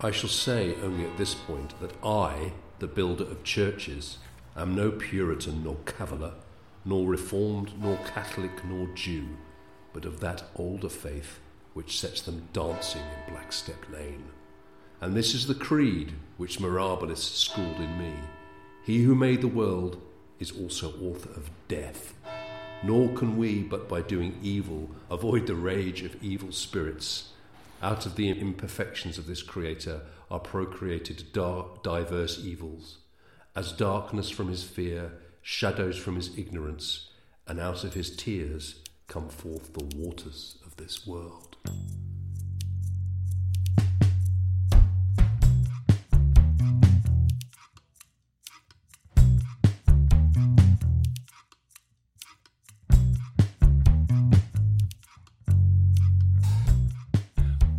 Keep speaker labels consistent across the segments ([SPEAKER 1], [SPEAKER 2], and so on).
[SPEAKER 1] I shall say only at this point that I, the builder of churches, am no Puritan nor Caviller, nor Reformed nor Catholic nor Jew, but of that older faith which sets them dancing in Blackstep Lane. And this is the creed which Mirabilis schooled in me. He who made the world is also author of death. Nor can we, but by doing evil, avoid the rage of evil spirits. Out of the imperfections of this Creator are procreated dark, diverse evils, as darkness from his fear, shadows from his ignorance, and out of his tears come forth the waters of this world.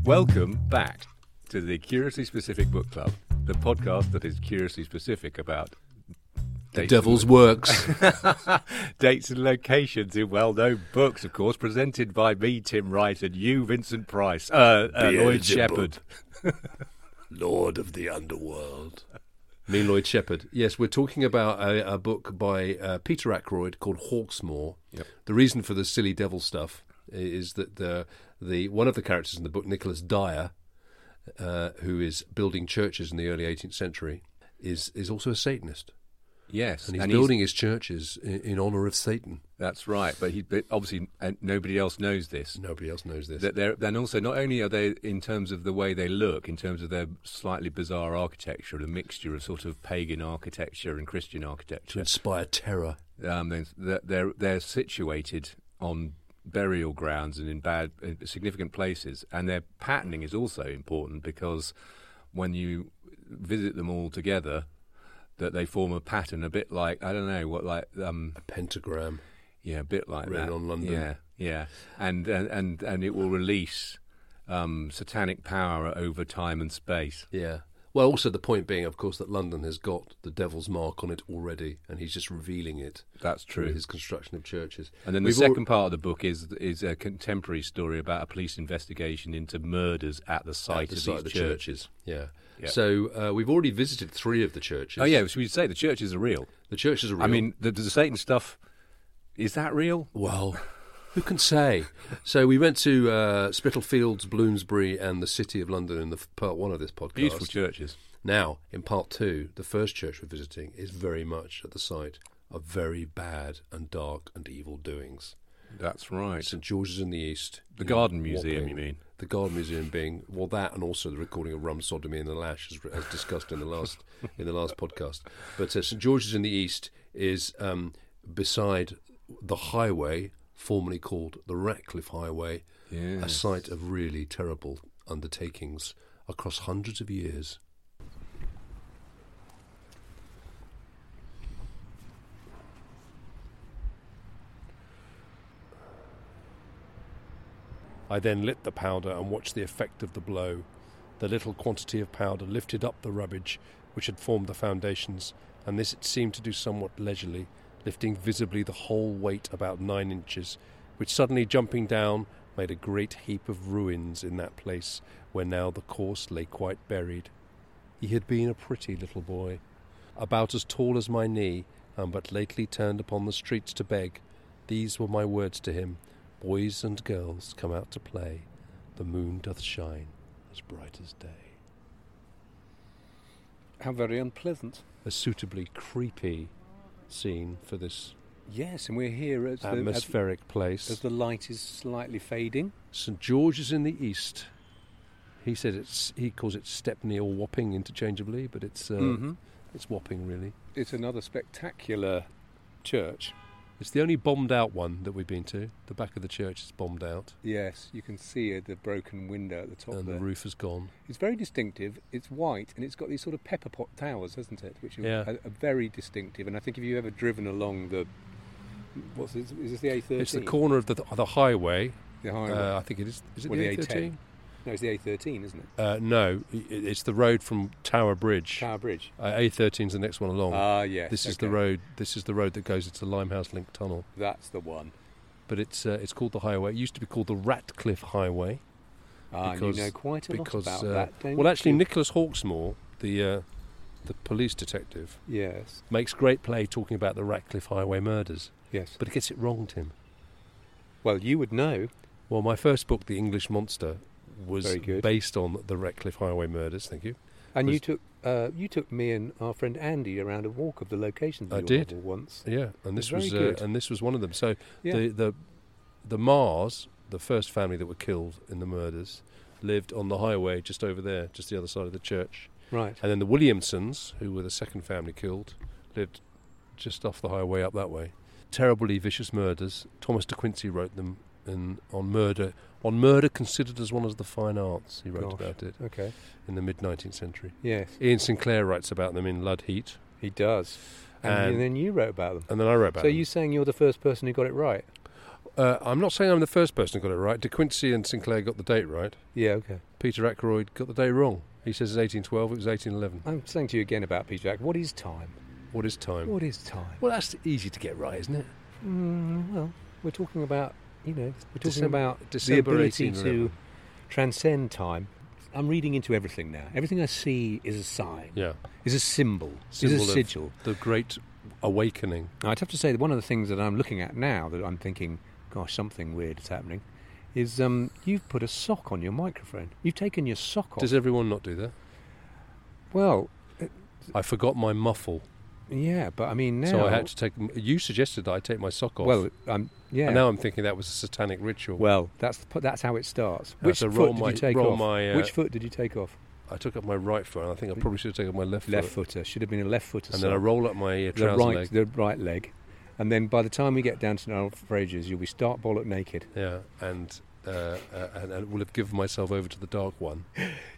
[SPEAKER 2] Welcome back to the Curiously Specific Book Club, the podcast that is curiously specific about dates,
[SPEAKER 1] Devil's works.
[SPEAKER 2] dates and locations in well known books, of course, presented by me, Tim Wright, and you, Vincent Price, uh, uh, Lloyd
[SPEAKER 1] Beelzebub.
[SPEAKER 2] Shepherd.
[SPEAKER 1] Lord of the Underworld. Me, Lloyd Shepherd. Yes, we're talking about a, a book by uh, Peter Ackroyd called Hawksmoor. The reason for the silly devil stuff is that the, the one of the characters in the book, Nicholas Dyer, uh, who is building churches in the early 18th century, is is also a Satanist,
[SPEAKER 2] Yes,
[SPEAKER 1] and he's building his churches in, in honor of Satan.
[SPEAKER 2] that's right, but he but obviously uh, nobody else knows this.
[SPEAKER 1] Nobody else knows this.
[SPEAKER 2] That they're, then also, not only are they in terms of the way they look, in terms of their slightly bizarre architecture, a mixture of sort of pagan architecture and Christian
[SPEAKER 1] to
[SPEAKER 2] architecture,
[SPEAKER 1] inspire terror.
[SPEAKER 2] um, then they're, they're they're situated on burial grounds and in bad uh, significant places, and their patterning is also important because when you visit them all together, that they form a pattern a bit like I don't know what like um
[SPEAKER 1] A pentagram.
[SPEAKER 2] yeah a bit like
[SPEAKER 1] Written
[SPEAKER 2] that
[SPEAKER 1] on London.
[SPEAKER 2] yeah yeah and and and, and it will release um, satanic power over time and space.
[SPEAKER 1] Yeah. Well, also the point being, of course, that London has got the devil's mark on it already, and he's just revealing it
[SPEAKER 2] That's
[SPEAKER 1] through
[SPEAKER 2] true.
[SPEAKER 1] his construction of churches.
[SPEAKER 2] And then the
[SPEAKER 1] We've al-
[SPEAKER 2] second part of the book is is a contemporary story about a police investigation into murders at the
[SPEAKER 1] at
[SPEAKER 2] site
[SPEAKER 1] the
[SPEAKER 2] of
[SPEAKER 1] site
[SPEAKER 2] these
[SPEAKER 1] of the
[SPEAKER 2] churches.
[SPEAKER 1] churches. Yeah.
[SPEAKER 2] Yeah.
[SPEAKER 1] So uh, we've already visited three of the churches.
[SPEAKER 2] Oh yeah, so we'd say the churches are real.
[SPEAKER 1] The churches are. Real.
[SPEAKER 2] I mean, the, the Satan stuff is that real?
[SPEAKER 1] well, who can say? so we went to uh, Spitalfields, Bloomsbury, and the City of London in the f- part one of this podcast.
[SPEAKER 2] Beautiful churches.
[SPEAKER 1] Now, in part two, the first church we're visiting is very much at the site of very bad and dark and evil doings.
[SPEAKER 2] That's right.
[SPEAKER 1] St George's in the East.
[SPEAKER 2] The
[SPEAKER 1] in
[SPEAKER 2] Garden Museum,
[SPEAKER 1] Wapping.
[SPEAKER 2] you mean?
[SPEAKER 1] The Garden Museum being well, that and also the recording of Rum Sodomy and the Lash, as, as discussed in the last in the last podcast. But uh, St George's in the East is um, beside the highway, formerly called the Ratcliffe Highway, a
[SPEAKER 2] Yes.
[SPEAKER 1] site of really terrible undertakings across hundreds of years. I then lit the powder and watched the effect of the blow. The little quantity of powder lifted up the rubbish which had formed the foundations, and this it seemed to do somewhat leisurely, lifting visibly the whole weight about nine inches, which suddenly jumping down made a great heap of ruins in that place where now the corpse lay quite buried. He had been a pretty little boy, about as tall as my knee, and but lately turned upon the streets to beg. These were my words to him Boys and girls, come out to play. The moon doth shine as bright as day.
[SPEAKER 2] How very unpleasant.
[SPEAKER 1] A suitably creepy scene for this
[SPEAKER 2] Yes, and we're here as the, as,
[SPEAKER 1] atmospheric place.
[SPEAKER 2] as the light is slightly fading.
[SPEAKER 1] St George's in the east. He said it's. He calls it Stepney or Wapping interchangeably, but it's uh,
[SPEAKER 2] Mhm.
[SPEAKER 1] it's Wapping really.
[SPEAKER 2] It's another spectacular church.
[SPEAKER 1] It's the only bombed out one that we've been to. The back of the church is bombed out,
[SPEAKER 2] Yes, you can see uh, the broken window at the top
[SPEAKER 1] and
[SPEAKER 2] there.
[SPEAKER 1] the roof is gone.
[SPEAKER 2] It's very distinctive. It's white, and it's got these sort of pepper pot towers, hasn't it? Which are,
[SPEAKER 1] Yeah.
[SPEAKER 2] are, are very distinctive. And I think if you've ever driven along the, what's this? Is this the A13?
[SPEAKER 1] It's the corner of the the highway.
[SPEAKER 2] The highway.
[SPEAKER 1] Uh, I think it is. Is it
[SPEAKER 2] Well,
[SPEAKER 1] the
[SPEAKER 2] the A10,
[SPEAKER 1] A13?
[SPEAKER 2] no, it's the A13, isn't it?
[SPEAKER 1] Uh, no, i- i- it's the road from Tower Bridge.
[SPEAKER 2] Tower Bridge.
[SPEAKER 1] Uh, A13 is the next one along.
[SPEAKER 2] Ah, yes.
[SPEAKER 1] Oh, this is the
[SPEAKER 2] okay.
[SPEAKER 1] road. This is the road that goes into Limehouse Link Tunnel.
[SPEAKER 2] That's the one.
[SPEAKER 1] But it's uh, it's called the highway. It used to be called the Ratcliffe Highway.
[SPEAKER 2] Ah, and you
[SPEAKER 1] Because-
[SPEAKER 2] know quite a
[SPEAKER 1] because
[SPEAKER 2] lot about
[SPEAKER 1] uh,
[SPEAKER 2] that, don't
[SPEAKER 1] well, actually,
[SPEAKER 2] you?
[SPEAKER 1] Nicholas Hawksmoor, the uh, the police detective,
[SPEAKER 2] Yes.
[SPEAKER 1] makes great play talking about the Ratcliffe Highway murders,
[SPEAKER 2] Yes.
[SPEAKER 1] but he gets it wrong, Tim.
[SPEAKER 2] Well, you would know.
[SPEAKER 1] Well, my first book, The English Monster, was
[SPEAKER 2] Very good.
[SPEAKER 1] based on the Ratcliffe Highway murders. Thank you.
[SPEAKER 2] And you
[SPEAKER 1] Was-
[SPEAKER 2] took uh, you took me and our friend Andy around a walk of the locations.
[SPEAKER 1] I
[SPEAKER 2] of
[SPEAKER 1] did.
[SPEAKER 2] Orville once.
[SPEAKER 1] Yeah, and this
[SPEAKER 2] Very
[SPEAKER 1] was uh,
[SPEAKER 2] good.
[SPEAKER 1] and this was one of them. So
[SPEAKER 2] Yeah.
[SPEAKER 1] the the the Mars, the first family that were killed in the murders, lived on the highway just over there, just the other side of the church.
[SPEAKER 2] Right.
[SPEAKER 1] And then the Williamsons, who were the second family killed, lived just off the highway up that way. Terribly vicious murders. Thomas de Quincey wrote them in, on murder. On murder considered as one of the fine arts, he wrote
[SPEAKER 2] Gosh.
[SPEAKER 1] about it
[SPEAKER 2] Okay.
[SPEAKER 1] in the mid 19th century.
[SPEAKER 2] Yes.
[SPEAKER 1] Ian Sinclair writes about them in Lud Heat,
[SPEAKER 2] He does. And,
[SPEAKER 1] And-
[SPEAKER 2] you- then you wrote about them.
[SPEAKER 1] and then I wrote about
[SPEAKER 2] So
[SPEAKER 1] them.
[SPEAKER 2] you're saying you're the first person who got it right?
[SPEAKER 1] Uh, I'm not saying I'm the first person who got it right. De Quincey and Sinclair got the date right.
[SPEAKER 2] Yeah, okay.
[SPEAKER 1] Peter Ackroyd got the day wrong. He says it's 1812, it was 1811.
[SPEAKER 2] I'm saying to you again about Peter Jack. What is time?
[SPEAKER 1] What is time?
[SPEAKER 2] What is time?
[SPEAKER 1] Well, that's easy to get right, isn't it?
[SPEAKER 2] Mm, well, we're talking about, you know, we're talking
[SPEAKER 1] Decem-
[SPEAKER 2] about
[SPEAKER 1] December
[SPEAKER 2] the ability
[SPEAKER 1] 1811.
[SPEAKER 2] to transcend time. I'm reading into everything now. Everything I see is a sign,
[SPEAKER 1] Yeah.
[SPEAKER 2] is a symbol,
[SPEAKER 1] Symbol
[SPEAKER 2] is
[SPEAKER 1] of
[SPEAKER 2] a sigil.
[SPEAKER 1] The Great Awakening.
[SPEAKER 2] Now, I'd have to say that one of the things that I'm looking at now that I'm thinking, gosh, something weird is happening, is um, you've put a sock on your microphone. You've taken your sock off.
[SPEAKER 1] Does everyone not do that?
[SPEAKER 2] well,
[SPEAKER 1] I forgot my muffle,
[SPEAKER 2] yeah, but I mean now.
[SPEAKER 1] so I had to take. m- You suggested that I take my sock off.
[SPEAKER 2] Well, um, yeah.
[SPEAKER 1] and now I'm thinking that was a satanic ritual.
[SPEAKER 2] well, that's the, po- that's how it starts.
[SPEAKER 1] I
[SPEAKER 2] Which
[SPEAKER 1] had
[SPEAKER 2] foot
[SPEAKER 1] to roll
[SPEAKER 2] did
[SPEAKER 1] my-
[SPEAKER 2] you take
[SPEAKER 1] roll
[SPEAKER 2] off?
[SPEAKER 1] my, uh,
[SPEAKER 2] Which foot did you take off?
[SPEAKER 1] I took up my right foot, and I think I probably should have taken my left,
[SPEAKER 2] Left
[SPEAKER 1] foot.
[SPEAKER 2] footer. Should have been a left footer.
[SPEAKER 1] And then I
[SPEAKER 2] sock.
[SPEAKER 1] roll up my uh,
[SPEAKER 2] the
[SPEAKER 1] trouser
[SPEAKER 2] right,
[SPEAKER 1] leg.
[SPEAKER 2] the right leg, and then by the time we get down to Noel Fraser's, you'll be stark bollock naked.
[SPEAKER 1] Yeah, and. Uh, uh, and, and will have given myself over to the dark one.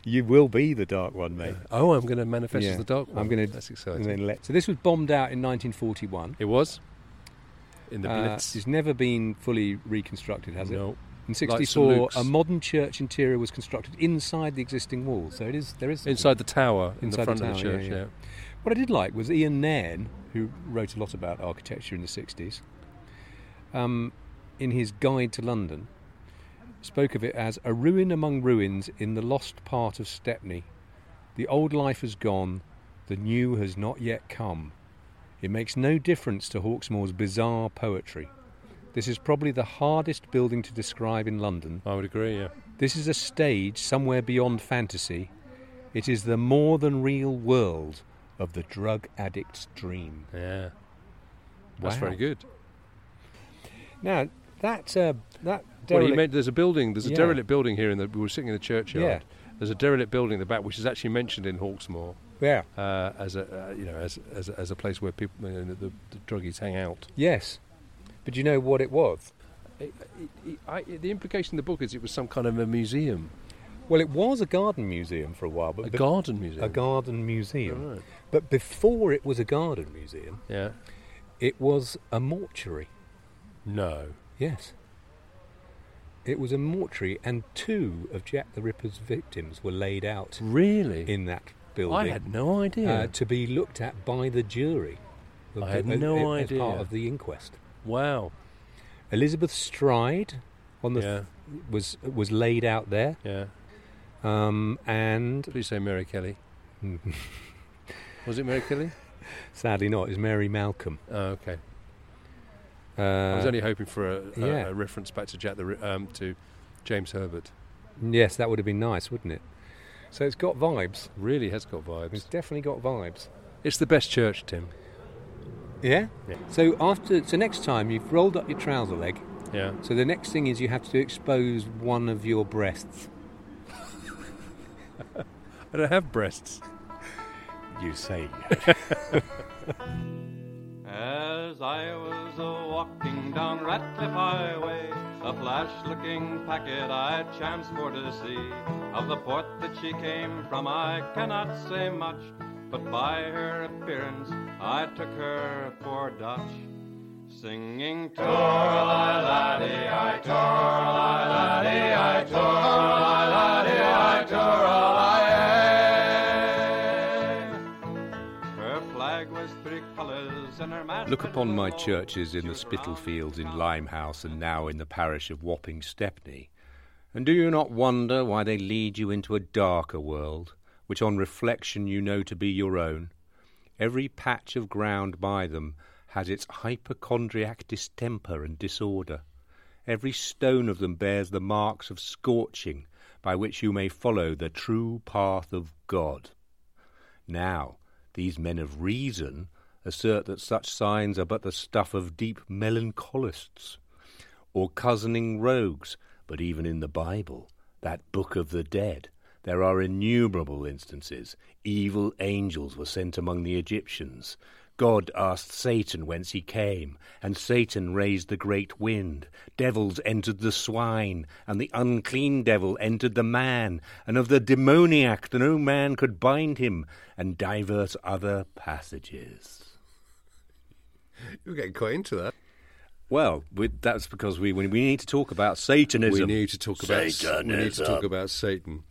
[SPEAKER 2] You will be the dark one, mate.
[SPEAKER 1] Oh, I'm going to manifest
[SPEAKER 2] Yeah,
[SPEAKER 1] as the dark
[SPEAKER 2] I'm
[SPEAKER 1] one.
[SPEAKER 2] gonna-
[SPEAKER 1] That's
[SPEAKER 2] And
[SPEAKER 1] exciting.
[SPEAKER 2] then let. So this was bombed out in 1941.
[SPEAKER 1] It was in the
[SPEAKER 2] Uh,
[SPEAKER 1] Blitz.
[SPEAKER 2] it's never been fully reconstructed, has it?
[SPEAKER 1] no,
[SPEAKER 2] In
[SPEAKER 1] St.
[SPEAKER 2] 64,
[SPEAKER 1] Luke's.
[SPEAKER 2] a modern church interior was constructed inside the existing walls. So it is there is something.
[SPEAKER 1] inside the tower in
[SPEAKER 2] Inside the
[SPEAKER 1] the front of the
[SPEAKER 2] tower, yeah,
[SPEAKER 1] church. Yeah,
[SPEAKER 2] yeah. What I did like was Ian Nairn, who wrote a lot about architecture in the 60s, um, in his Guide to London, spoke of it as a ruin among ruins in the lost part of Stepney. The old life has gone, the new has not yet come. It makes no difference to Hawksmoor's bizarre poetry. This is probably the hardest building to describe in London.
[SPEAKER 1] I would agree. Yeah,
[SPEAKER 2] This is a stage somewhere beyond fantasy. It is the more than real world of the drug addict's dream.
[SPEAKER 1] yeah. That's
[SPEAKER 2] Wow.
[SPEAKER 1] very good.
[SPEAKER 2] Now, that, uh,
[SPEAKER 1] Well,
[SPEAKER 2] that derelict,
[SPEAKER 1] he made, there's a building. There's a
[SPEAKER 2] Yeah.
[SPEAKER 1] derelict building here. In the, we were sitting in the churchyard. There's a derelict building in the back, which is actually mentioned in Hawksmoor
[SPEAKER 2] yeah,
[SPEAKER 1] uh, as a uh, you know as, as a- as a place where people you know, the, the druggies hang out.
[SPEAKER 2] yes. But you know what it was?
[SPEAKER 1] It, it, it, I, it- the implication in the book is it was some kind of a museum,
[SPEAKER 2] Well, it was a garden museum for a while, but
[SPEAKER 1] a
[SPEAKER 2] be-
[SPEAKER 1] garden museum.
[SPEAKER 2] a garden museum.
[SPEAKER 1] Right.
[SPEAKER 2] But before it was a garden museum,
[SPEAKER 1] Yeah.
[SPEAKER 2] it was a mortuary.
[SPEAKER 1] No.
[SPEAKER 2] Yes. It was a mortuary, and two of Jack the Ripper's victims were laid out
[SPEAKER 1] Really.
[SPEAKER 2] in that building.
[SPEAKER 1] I had no idea.
[SPEAKER 2] uh, to be looked at by the jury.
[SPEAKER 1] I had
[SPEAKER 2] As-
[SPEAKER 1] no
[SPEAKER 2] as
[SPEAKER 1] idea.
[SPEAKER 2] part of the inquest.
[SPEAKER 1] wow.
[SPEAKER 2] Elizabeth Stride on the
[SPEAKER 1] Yeah.
[SPEAKER 2] was was laid out there,
[SPEAKER 1] Yeah.
[SPEAKER 2] um, and
[SPEAKER 1] Please say Mary Kelly. Was it Mary Kelly?
[SPEAKER 3] Sadly not. Is Mary Malcolm.
[SPEAKER 1] Oh, okay.
[SPEAKER 3] Uh,
[SPEAKER 1] I was only hoping for a, a,
[SPEAKER 3] yeah.
[SPEAKER 1] a reference back to Jack the Ri- um, to James Herbert.
[SPEAKER 3] yes, that would have been nice, wouldn't it? So it's got vibes.
[SPEAKER 1] Really has got vibes.
[SPEAKER 3] It's definitely got vibes.
[SPEAKER 1] It's the best church, Tim.
[SPEAKER 3] Yeah.
[SPEAKER 1] Yeah.
[SPEAKER 3] So after, so next time you've rolled up your trouser leg.
[SPEAKER 1] Yeah.
[SPEAKER 3] So the next thing is you have to expose one of your breasts.
[SPEAKER 1] I don't have breasts.
[SPEAKER 3] You say.
[SPEAKER 4] As I was a walking down Ratcliffe Highway, a flash looking packet I chanced for to see. Of the port that she came from, I cannot say much, but by her appearance, I took her for Dutch. Singing Torla laddie, I Torla laddie, I Torla laddie, I Torla laddie. Her flag was three colours and her mast
[SPEAKER 2] Look
[SPEAKER 4] had
[SPEAKER 2] upon
[SPEAKER 4] no
[SPEAKER 2] my
[SPEAKER 4] moor.
[SPEAKER 2] churches in
[SPEAKER 4] She
[SPEAKER 2] the
[SPEAKER 4] was round
[SPEAKER 2] Spitalfields in
[SPEAKER 4] and
[SPEAKER 2] Limehouse and now in the parish of Wapping Stepney, and do you not wonder why they lead you into a darker world, which on reflection you know to be your own? Every patch of ground by them has its hypochondriac distemper and disorder. Every stone of them bears the marks of scorching, by which you may follow the true path of God. Now, these men of reason assert that such signs are but the stuff of deep melancholists, or cozening rogues, but even in the Bible, that book of the dead, there are innumerable instances. Evil angels were sent among the Egyptians. God asked Satan whence he came, and Satan raised the great wind. Devils entered the swine, and the unclean devil entered the man, and of the demoniac that no man could bind him, and divers other passages.
[SPEAKER 1] You're getting quite into that.
[SPEAKER 2] Well, we, that's because we we we need to talk about Satanism.
[SPEAKER 1] We need to talk about we need to talk about Satan.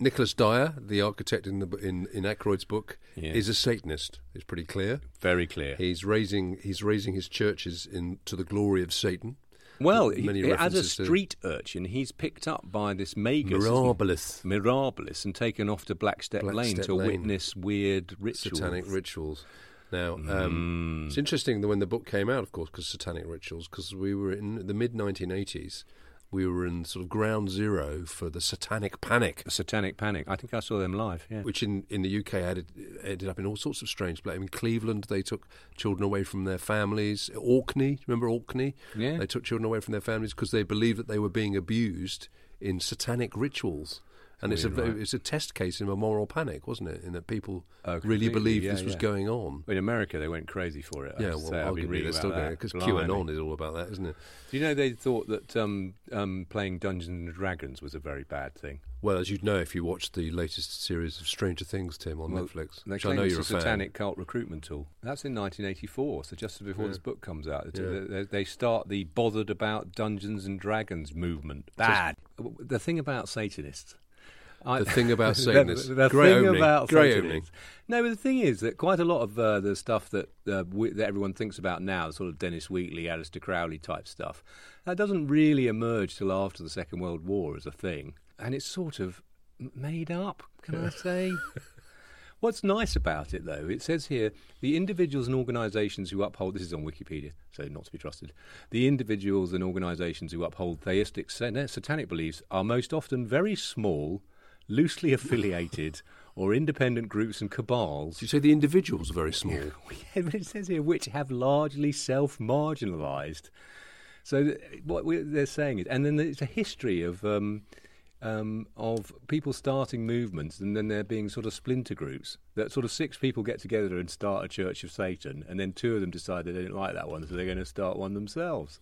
[SPEAKER 1] Nicholas Dyer, the architect in the b- in in Aykroyd's book,
[SPEAKER 2] Yeah.
[SPEAKER 1] is a Satanist. It's pretty clear.
[SPEAKER 2] Very clear.
[SPEAKER 1] He's raising he's raising his churches in to the glory of Satan.
[SPEAKER 2] well,
[SPEAKER 1] Many
[SPEAKER 2] he- as a
[SPEAKER 1] references to-
[SPEAKER 2] street urchin, he's picked up by this magus,
[SPEAKER 1] Mirabilis.
[SPEAKER 2] Mirabilis, and taken off to Blackstep
[SPEAKER 1] Black
[SPEAKER 2] Lane
[SPEAKER 1] Step
[SPEAKER 2] to
[SPEAKER 1] Lane.
[SPEAKER 2] witness weird rituals. Mm.
[SPEAKER 1] Satanic rituals. Now, um, it's interesting that when the book came out, of course, because Satanic rituals, because we were in the mid 1980s, we were in sort of ground zero for the Satanic Panic.
[SPEAKER 2] The Satanic panic. I think I saw them live. Yeah.
[SPEAKER 1] which in, in the UK added, ended up in all sorts of strange places. In Cleveland, they took children away from their families. Orkney, remember Orkney?
[SPEAKER 2] Yeah.
[SPEAKER 1] They took children away from their families because they believed that they were being abused in satanic rituals. And it's a
[SPEAKER 2] Weird,
[SPEAKER 1] ve-
[SPEAKER 2] right?
[SPEAKER 1] it's a test case in a moral panic, wasn't it? In that people
[SPEAKER 2] Oh,
[SPEAKER 1] really
[SPEAKER 2] completely,
[SPEAKER 1] believed
[SPEAKER 2] yeah,
[SPEAKER 1] this was
[SPEAKER 2] yeah.
[SPEAKER 1] going on.
[SPEAKER 2] in America, they went crazy for it. I
[SPEAKER 1] yeah,
[SPEAKER 2] have to
[SPEAKER 1] well,
[SPEAKER 2] say. I've been
[SPEAKER 1] arguably
[SPEAKER 2] reading
[SPEAKER 1] they're still
[SPEAKER 2] about
[SPEAKER 1] going
[SPEAKER 2] that.
[SPEAKER 1] because
[SPEAKER 2] Blimey.
[SPEAKER 1] QAnon is all about that, isn't it?
[SPEAKER 2] Do you know they thought that um, um, playing Dungeons and Dragons was a very bad thing?
[SPEAKER 1] Well, as you'd know if you watched the latest series of Stranger Things, Tim, on
[SPEAKER 2] Well,
[SPEAKER 1] Netflix,
[SPEAKER 2] They
[SPEAKER 1] which I
[SPEAKER 2] claim
[SPEAKER 1] know
[SPEAKER 2] it's
[SPEAKER 1] you're a
[SPEAKER 2] a
[SPEAKER 1] fan.
[SPEAKER 2] satanic cult recruitment tool. That's in 1984, so just before this book comes out. They,
[SPEAKER 1] Yeah.
[SPEAKER 2] they- they start the bothered about Dungeons and Dragons movement. Bad. The thing about Satanists. I-
[SPEAKER 1] The thing about
[SPEAKER 2] the-
[SPEAKER 1] Satanists.
[SPEAKER 2] The,
[SPEAKER 1] Great
[SPEAKER 2] thing
[SPEAKER 1] opening.
[SPEAKER 2] about
[SPEAKER 1] Great
[SPEAKER 2] Satanists.
[SPEAKER 1] opening.
[SPEAKER 2] No, but the thing is that quite a lot of uh, the stuff that, uh, we, that everyone thinks about now, sort of Dennis Wheatley, Alistair Crowley type stuff, that doesn't really emerge till after the Second World War as a thing. And it's sort of m- made up, can I say? What's nice about it, though, it says here the individuals and organisations who uphold this is on Wikipedia, so not to be trusted. The individuals and organisations who uphold theistic sa- satanic beliefs are most often very small, loosely affiliated, or independent groups and cabals.
[SPEAKER 1] Did you say the individuals are very small?
[SPEAKER 2] Yeah, but it says here which have largely self-marginalised. So th- what we they're saying is, and then it's a history of um, um, of people starting movements, and then there being sort of splinter groups. That sort of six people get together and start a Church of Satan, and then two of them decide they don't like that one, so they're going to start one themselves.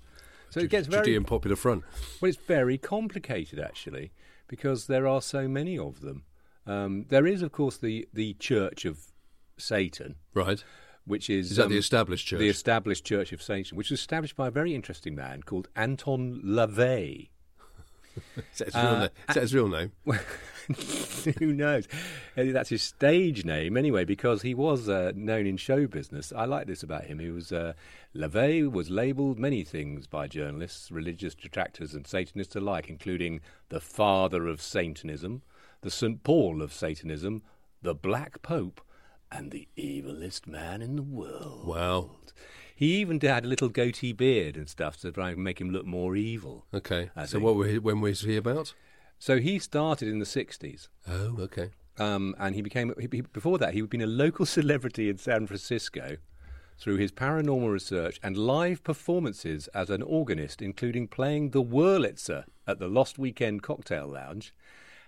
[SPEAKER 2] So it gets very
[SPEAKER 1] Judean Popular Front.
[SPEAKER 2] well, it's very complicated actually, because there are so many of them. Um, there is, of course, the the Church of Satan,
[SPEAKER 1] Right.
[SPEAKER 2] which is um,
[SPEAKER 1] Is that the established church?
[SPEAKER 2] the established Church of Satan, which was established by a very interesting man called Anton LaVey.
[SPEAKER 1] Is that his,
[SPEAKER 2] Uh,
[SPEAKER 1] real, name? Is that his real name?
[SPEAKER 2] Who knows? Uh, That's his stage name anyway, because he was uh, known in show business. I like this about him. He was uh, LaVey was labelled many things by journalists, religious detractors, and Satanists alike, including the father of Satanism, the St Paul of Satanism, the Black Pope,
[SPEAKER 5] am the evilest man in the world.
[SPEAKER 1] Wow.
[SPEAKER 6] He even had a little goatee beard and stuff to try and make him look more evil.
[SPEAKER 1] Okay.
[SPEAKER 6] I
[SPEAKER 1] so
[SPEAKER 6] think.
[SPEAKER 1] what were he, when was he about?
[SPEAKER 6] So he started in the 60s.
[SPEAKER 1] Oh, okay.
[SPEAKER 6] Um, and he became, he, he- before that, he'd been a local celebrity in San Francisco through his paranormal research and live performances as an organist, including playing the Wurlitzer at the Lost Weekend Cocktail Lounge.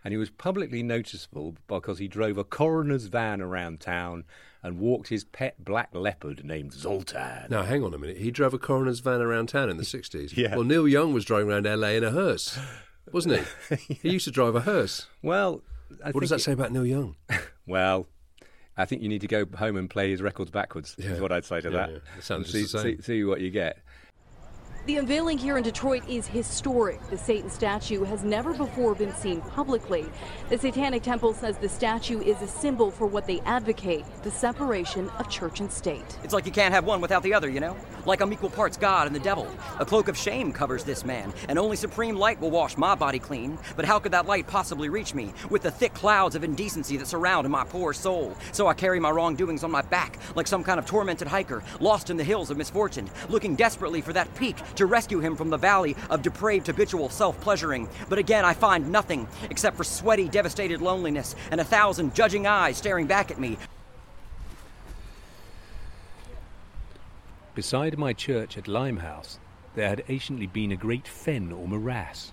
[SPEAKER 6] And he was publicly noticeable because he drove a coroner's van around town and walked his pet black leopard named Zoltan.
[SPEAKER 1] Now, hang on a minute. He drove a coroner's van around town in the 60s.
[SPEAKER 6] Yeah.
[SPEAKER 1] Well, Neil Young was driving around LA in a hearse, wasn't he? He used to drive a hearse.
[SPEAKER 6] Well, I
[SPEAKER 1] what does
[SPEAKER 6] think
[SPEAKER 1] that say about Neil Young?
[SPEAKER 6] Well, I think you need to go home and play his records backwards. Is
[SPEAKER 1] Yeah.
[SPEAKER 6] what I'd say to
[SPEAKER 1] Yeah,
[SPEAKER 6] that.
[SPEAKER 1] yeah. That sounds
[SPEAKER 6] And
[SPEAKER 1] just
[SPEAKER 6] see,
[SPEAKER 1] the same.
[SPEAKER 6] see- see what you get.
[SPEAKER 7] The unveiling here in Detroit is historic. The Satan statue has never before been seen publicly. The Satanic Temple says the statue is a symbol for what they advocate the separation of church and state.
[SPEAKER 8] It's like you can't have one without the other, you know? Like I'm equal parts God and the devil. A cloak of shame covers this man, and only supreme light will wash my body clean. But how could that light possibly reach me with the thick clouds of indecency that surround my poor soul? So I carry my wrongdoings on my back, like some kind of tormented hiker, lost in the hills of misfortune, looking desperately for that peak to rescue him from the valley of depraved habitual self pleasuring. But again, I find nothing except for sweaty, devastated loneliness and a thousand judging eyes staring back at me,
[SPEAKER 2] Beside my church at Limehouse, there had anciently been a great fen or morass,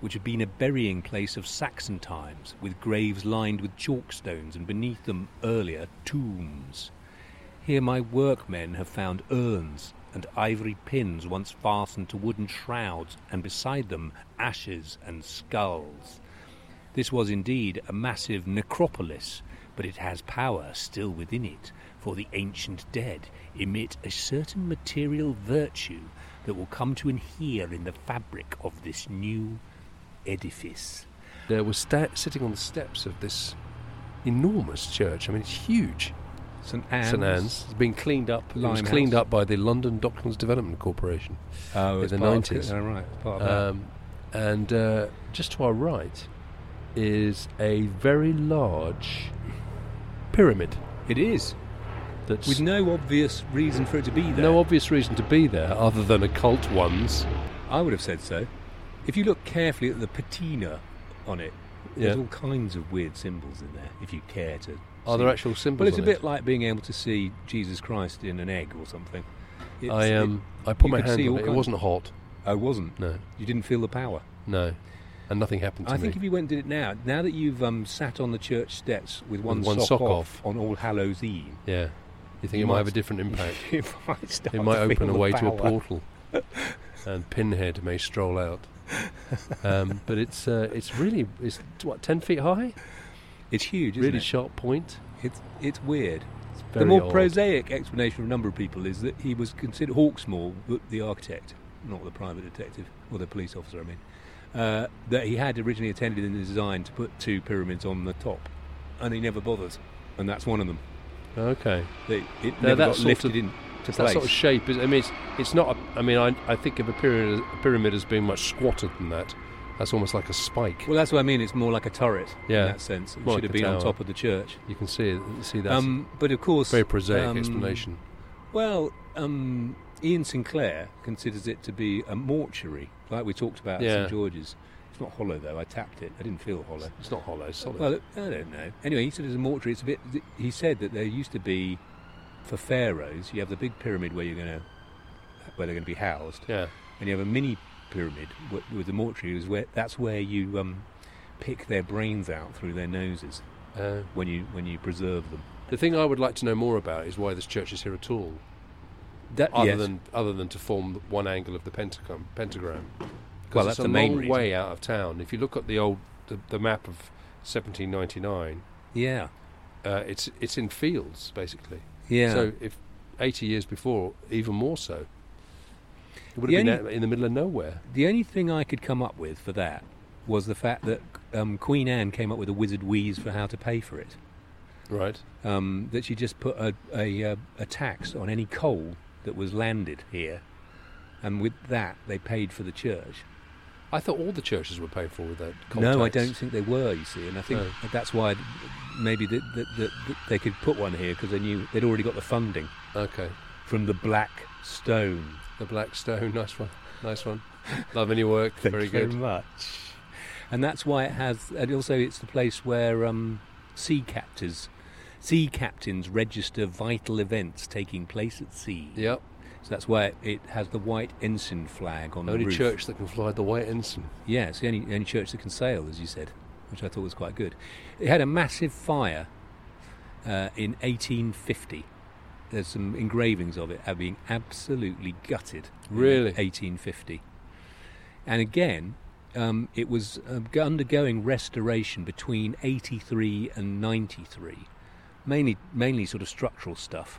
[SPEAKER 2] which had been a burying place of Saxon times, with graves lined with chalk stones and beneath them earlier tombs. Here my workmen have found urns and ivory pins once fastened to wooden shrouds, and beside them ashes and skulls. This was indeed a massive necropolis, but it has power still within it, for the ancient dead emit a certain material virtue that will come to inhere in the fabric of this new edifice.
[SPEAKER 1] There was sta- sitting on the steps of this enormous church. I mean, it's huge.
[SPEAKER 2] St. Anne's.
[SPEAKER 1] St Anne's has been cleaned up. It was
[SPEAKER 2] Limehouse.
[SPEAKER 1] cleaned up by the London Docklands Development Corporation
[SPEAKER 2] Oh,
[SPEAKER 1] in
[SPEAKER 2] it's
[SPEAKER 1] Ah, the
[SPEAKER 2] part of-
[SPEAKER 1] nineties.
[SPEAKER 2] oh, right, it's part of that.
[SPEAKER 1] Um, and uh, just to our right is a very large pyramid.
[SPEAKER 2] It is,
[SPEAKER 1] That's
[SPEAKER 2] with no obvious reason for it to be there.
[SPEAKER 1] no obvious reason to be there other than occult ones.
[SPEAKER 2] I would have said so. If you look carefully at the patina on it, there's
[SPEAKER 1] Yeah.
[SPEAKER 2] all kinds of weird symbols in there, if you care to.
[SPEAKER 1] Are there
[SPEAKER 2] see them.
[SPEAKER 1] actual symbols?
[SPEAKER 2] Well, it's a
[SPEAKER 1] on
[SPEAKER 2] bit
[SPEAKER 1] it?
[SPEAKER 2] like being able to see Jesus Christ in an egg or something. It's,
[SPEAKER 1] I
[SPEAKER 2] it-
[SPEAKER 1] um, I
[SPEAKER 2] you
[SPEAKER 1] put my
[SPEAKER 2] could
[SPEAKER 1] hand on
[SPEAKER 2] see all
[SPEAKER 1] it. It
[SPEAKER 2] kinds-
[SPEAKER 1] wasn't hot.
[SPEAKER 2] Oh, wasn't.
[SPEAKER 1] No,
[SPEAKER 2] You didn't feel the power.
[SPEAKER 1] no, and nothing happened to
[SPEAKER 2] I
[SPEAKER 1] me.
[SPEAKER 2] think if you went and did it now, now that you've um, sat on the church steps with one,
[SPEAKER 1] one
[SPEAKER 2] sock,
[SPEAKER 1] sock
[SPEAKER 2] off,
[SPEAKER 1] off.
[SPEAKER 2] on All Hallows Eve,
[SPEAKER 1] yeah, you think
[SPEAKER 2] You
[SPEAKER 1] it
[SPEAKER 2] might-
[SPEAKER 1] might have a different impact.
[SPEAKER 2] it might start
[SPEAKER 1] It
[SPEAKER 2] to
[SPEAKER 1] might
[SPEAKER 2] feel
[SPEAKER 1] open a
[SPEAKER 2] the
[SPEAKER 1] way to a
[SPEAKER 2] power.
[SPEAKER 1] portal, and Pinhead may stroll out. Um, but it's uh, it's really it's what ten feet high,
[SPEAKER 2] It's huge, isn't
[SPEAKER 1] really
[SPEAKER 2] it?
[SPEAKER 1] sharp point.
[SPEAKER 2] it's it's weird.
[SPEAKER 1] It's
[SPEAKER 2] The
[SPEAKER 1] very
[SPEAKER 2] more
[SPEAKER 1] odd.
[SPEAKER 2] prosaic explanation for a number of people is that he was considered Hawksmore, th- the architect, not the private detective or the police officer. I mean, uh, that he had originally intended in his design to put two pyramids on the top, and he never bothered, and that's one of them.
[SPEAKER 1] Okay,
[SPEAKER 2] They, it
[SPEAKER 1] Now
[SPEAKER 2] never
[SPEAKER 1] that
[SPEAKER 2] got
[SPEAKER 1] sort
[SPEAKER 2] lifted
[SPEAKER 1] of-
[SPEAKER 2] in to
[SPEAKER 1] that
[SPEAKER 2] place.
[SPEAKER 1] sort of shape is. I mean, it's, it's not. A, I mean, I, I think of a pyramid, a pyramid as being much squatter than that. That's almost like a spike.
[SPEAKER 2] well, that's what I mean. It's more like a turret
[SPEAKER 1] Yeah.
[SPEAKER 2] in that sense. It
[SPEAKER 1] More like
[SPEAKER 2] should have
[SPEAKER 1] a
[SPEAKER 2] been on
[SPEAKER 1] tower.
[SPEAKER 2] top of the church.
[SPEAKER 1] you can see it, see that.
[SPEAKER 2] Um, but of course,
[SPEAKER 1] very prosaic
[SPEAKER 2] um,
[SPEAKER 1] explanation.
[SPEAKER 2] Well, um, Ian Sinclair considers it to be a mortuary, like we talked about
[SPEAKER 1] Yeah.
[SPEAKER 2] at St George's. It's not hollow though. I tapped it. I didn't feel hollow.
[SPEAKER 1] It's not hollow, it's solid.
[SPEAKER 2] Well, it- I don't know. Anyway, he said it's a mortuary. It's a bit. th- He said that there used to be for pharaohs. You have the big pyramid where you're going to, where they're going to be housed,
[SPEAKER 1] yeah,
[SPEAKER 2] and you have a mini pyramid wh- with the mortuary. Is where that's where you um, pick their brains out through their noses
[SPEAKER 1] uh,
[SPEAKER 2] when you when you preserve them.
[SPEAKER 1] The thing I would like to know more about is why this church is here at all, other
[SPEAKER 2] yes.
[SPEAKER 1] than other than to form one angle of the pentagon, pentagram. 'Cause
[SPEAKER 2] Well,
[SPEAKER 1] it's
[SPEAKER 2] that's
[SPEAKER 1] a
[SPEAKER 2] the main
[SPEAKER 1] long
[SPEAKER 2] reason.
[SPEAKER 1] way out of town. If you look at the old the, the map of 1799,
[SPEAKER 2] Yeah.
[SPEAKER 1] uh, it's it's in fields basically.
[SPEAKER 2] Yeah.
[SPEAKER 1] So if 80 years before, even more so, it would
[SPEAKER 2] The
[SPEAKER 1] have been
[SPEAKER 2] only-
[SPEAKER 1] out in the middle of nowhere.
[SPEAKER 2] The only thing I could come up with for that was the fact that um, Queen Anne came up with a wizard wheeze for how to pay for it.
[SPEAKER 1] Right.
[SPEAKER 2] Um, that she just put a, a, uh, a tax on any coal that was landed here, and with that they paid for the church.
[SPEAKER 1] I thought all the churches were paid for with that. Cult
[SPEAKER 3] No, I
[SPEAKER 1] tax.
[SPEAKER 3] don't think they were. You see, and I think
[SPEAKER 1] No.
[SPEAKER 3] that's why maybe that that that that they could put one here because they knew they'd already got the funding
[SPEAKER 1] Okay,
[SPEAKER 3] from the Black Stone.
[SPEAKER 1] the Black Stone, nice one, nice one. Loving your work,
[SPEAKER 3] Thank
[SPEAKER 1] very
[SPEAKER 3] you
[SPEAKER 1] good.
[SPEAKER 3] very much. And that's why it has, and also it's the place where um, sea captors, sea captains register vital events taking place at sea.
[SPEAKER 1] Yep,
[SPEAKER 3] So that's why it has the white ensign flag on
[SPEAKER 1] only
[SPEAKER 3] the roof.
[SPEAKER 1] church that can fly the white ensign.
[SPEAKER 3] Yeah, it's the only, only church that can sail, as you said, which I thought was quite good. It had a massive fire uh, in 1850. There's some engravings of it uh, being absolutely gutted. in
[SPEAKER 1] Really?
[SPEAKER 3] 1850. And again, um, it was uh, g- undergoing restoration between 83 and 93, mainly, mainly sort of structural stuff.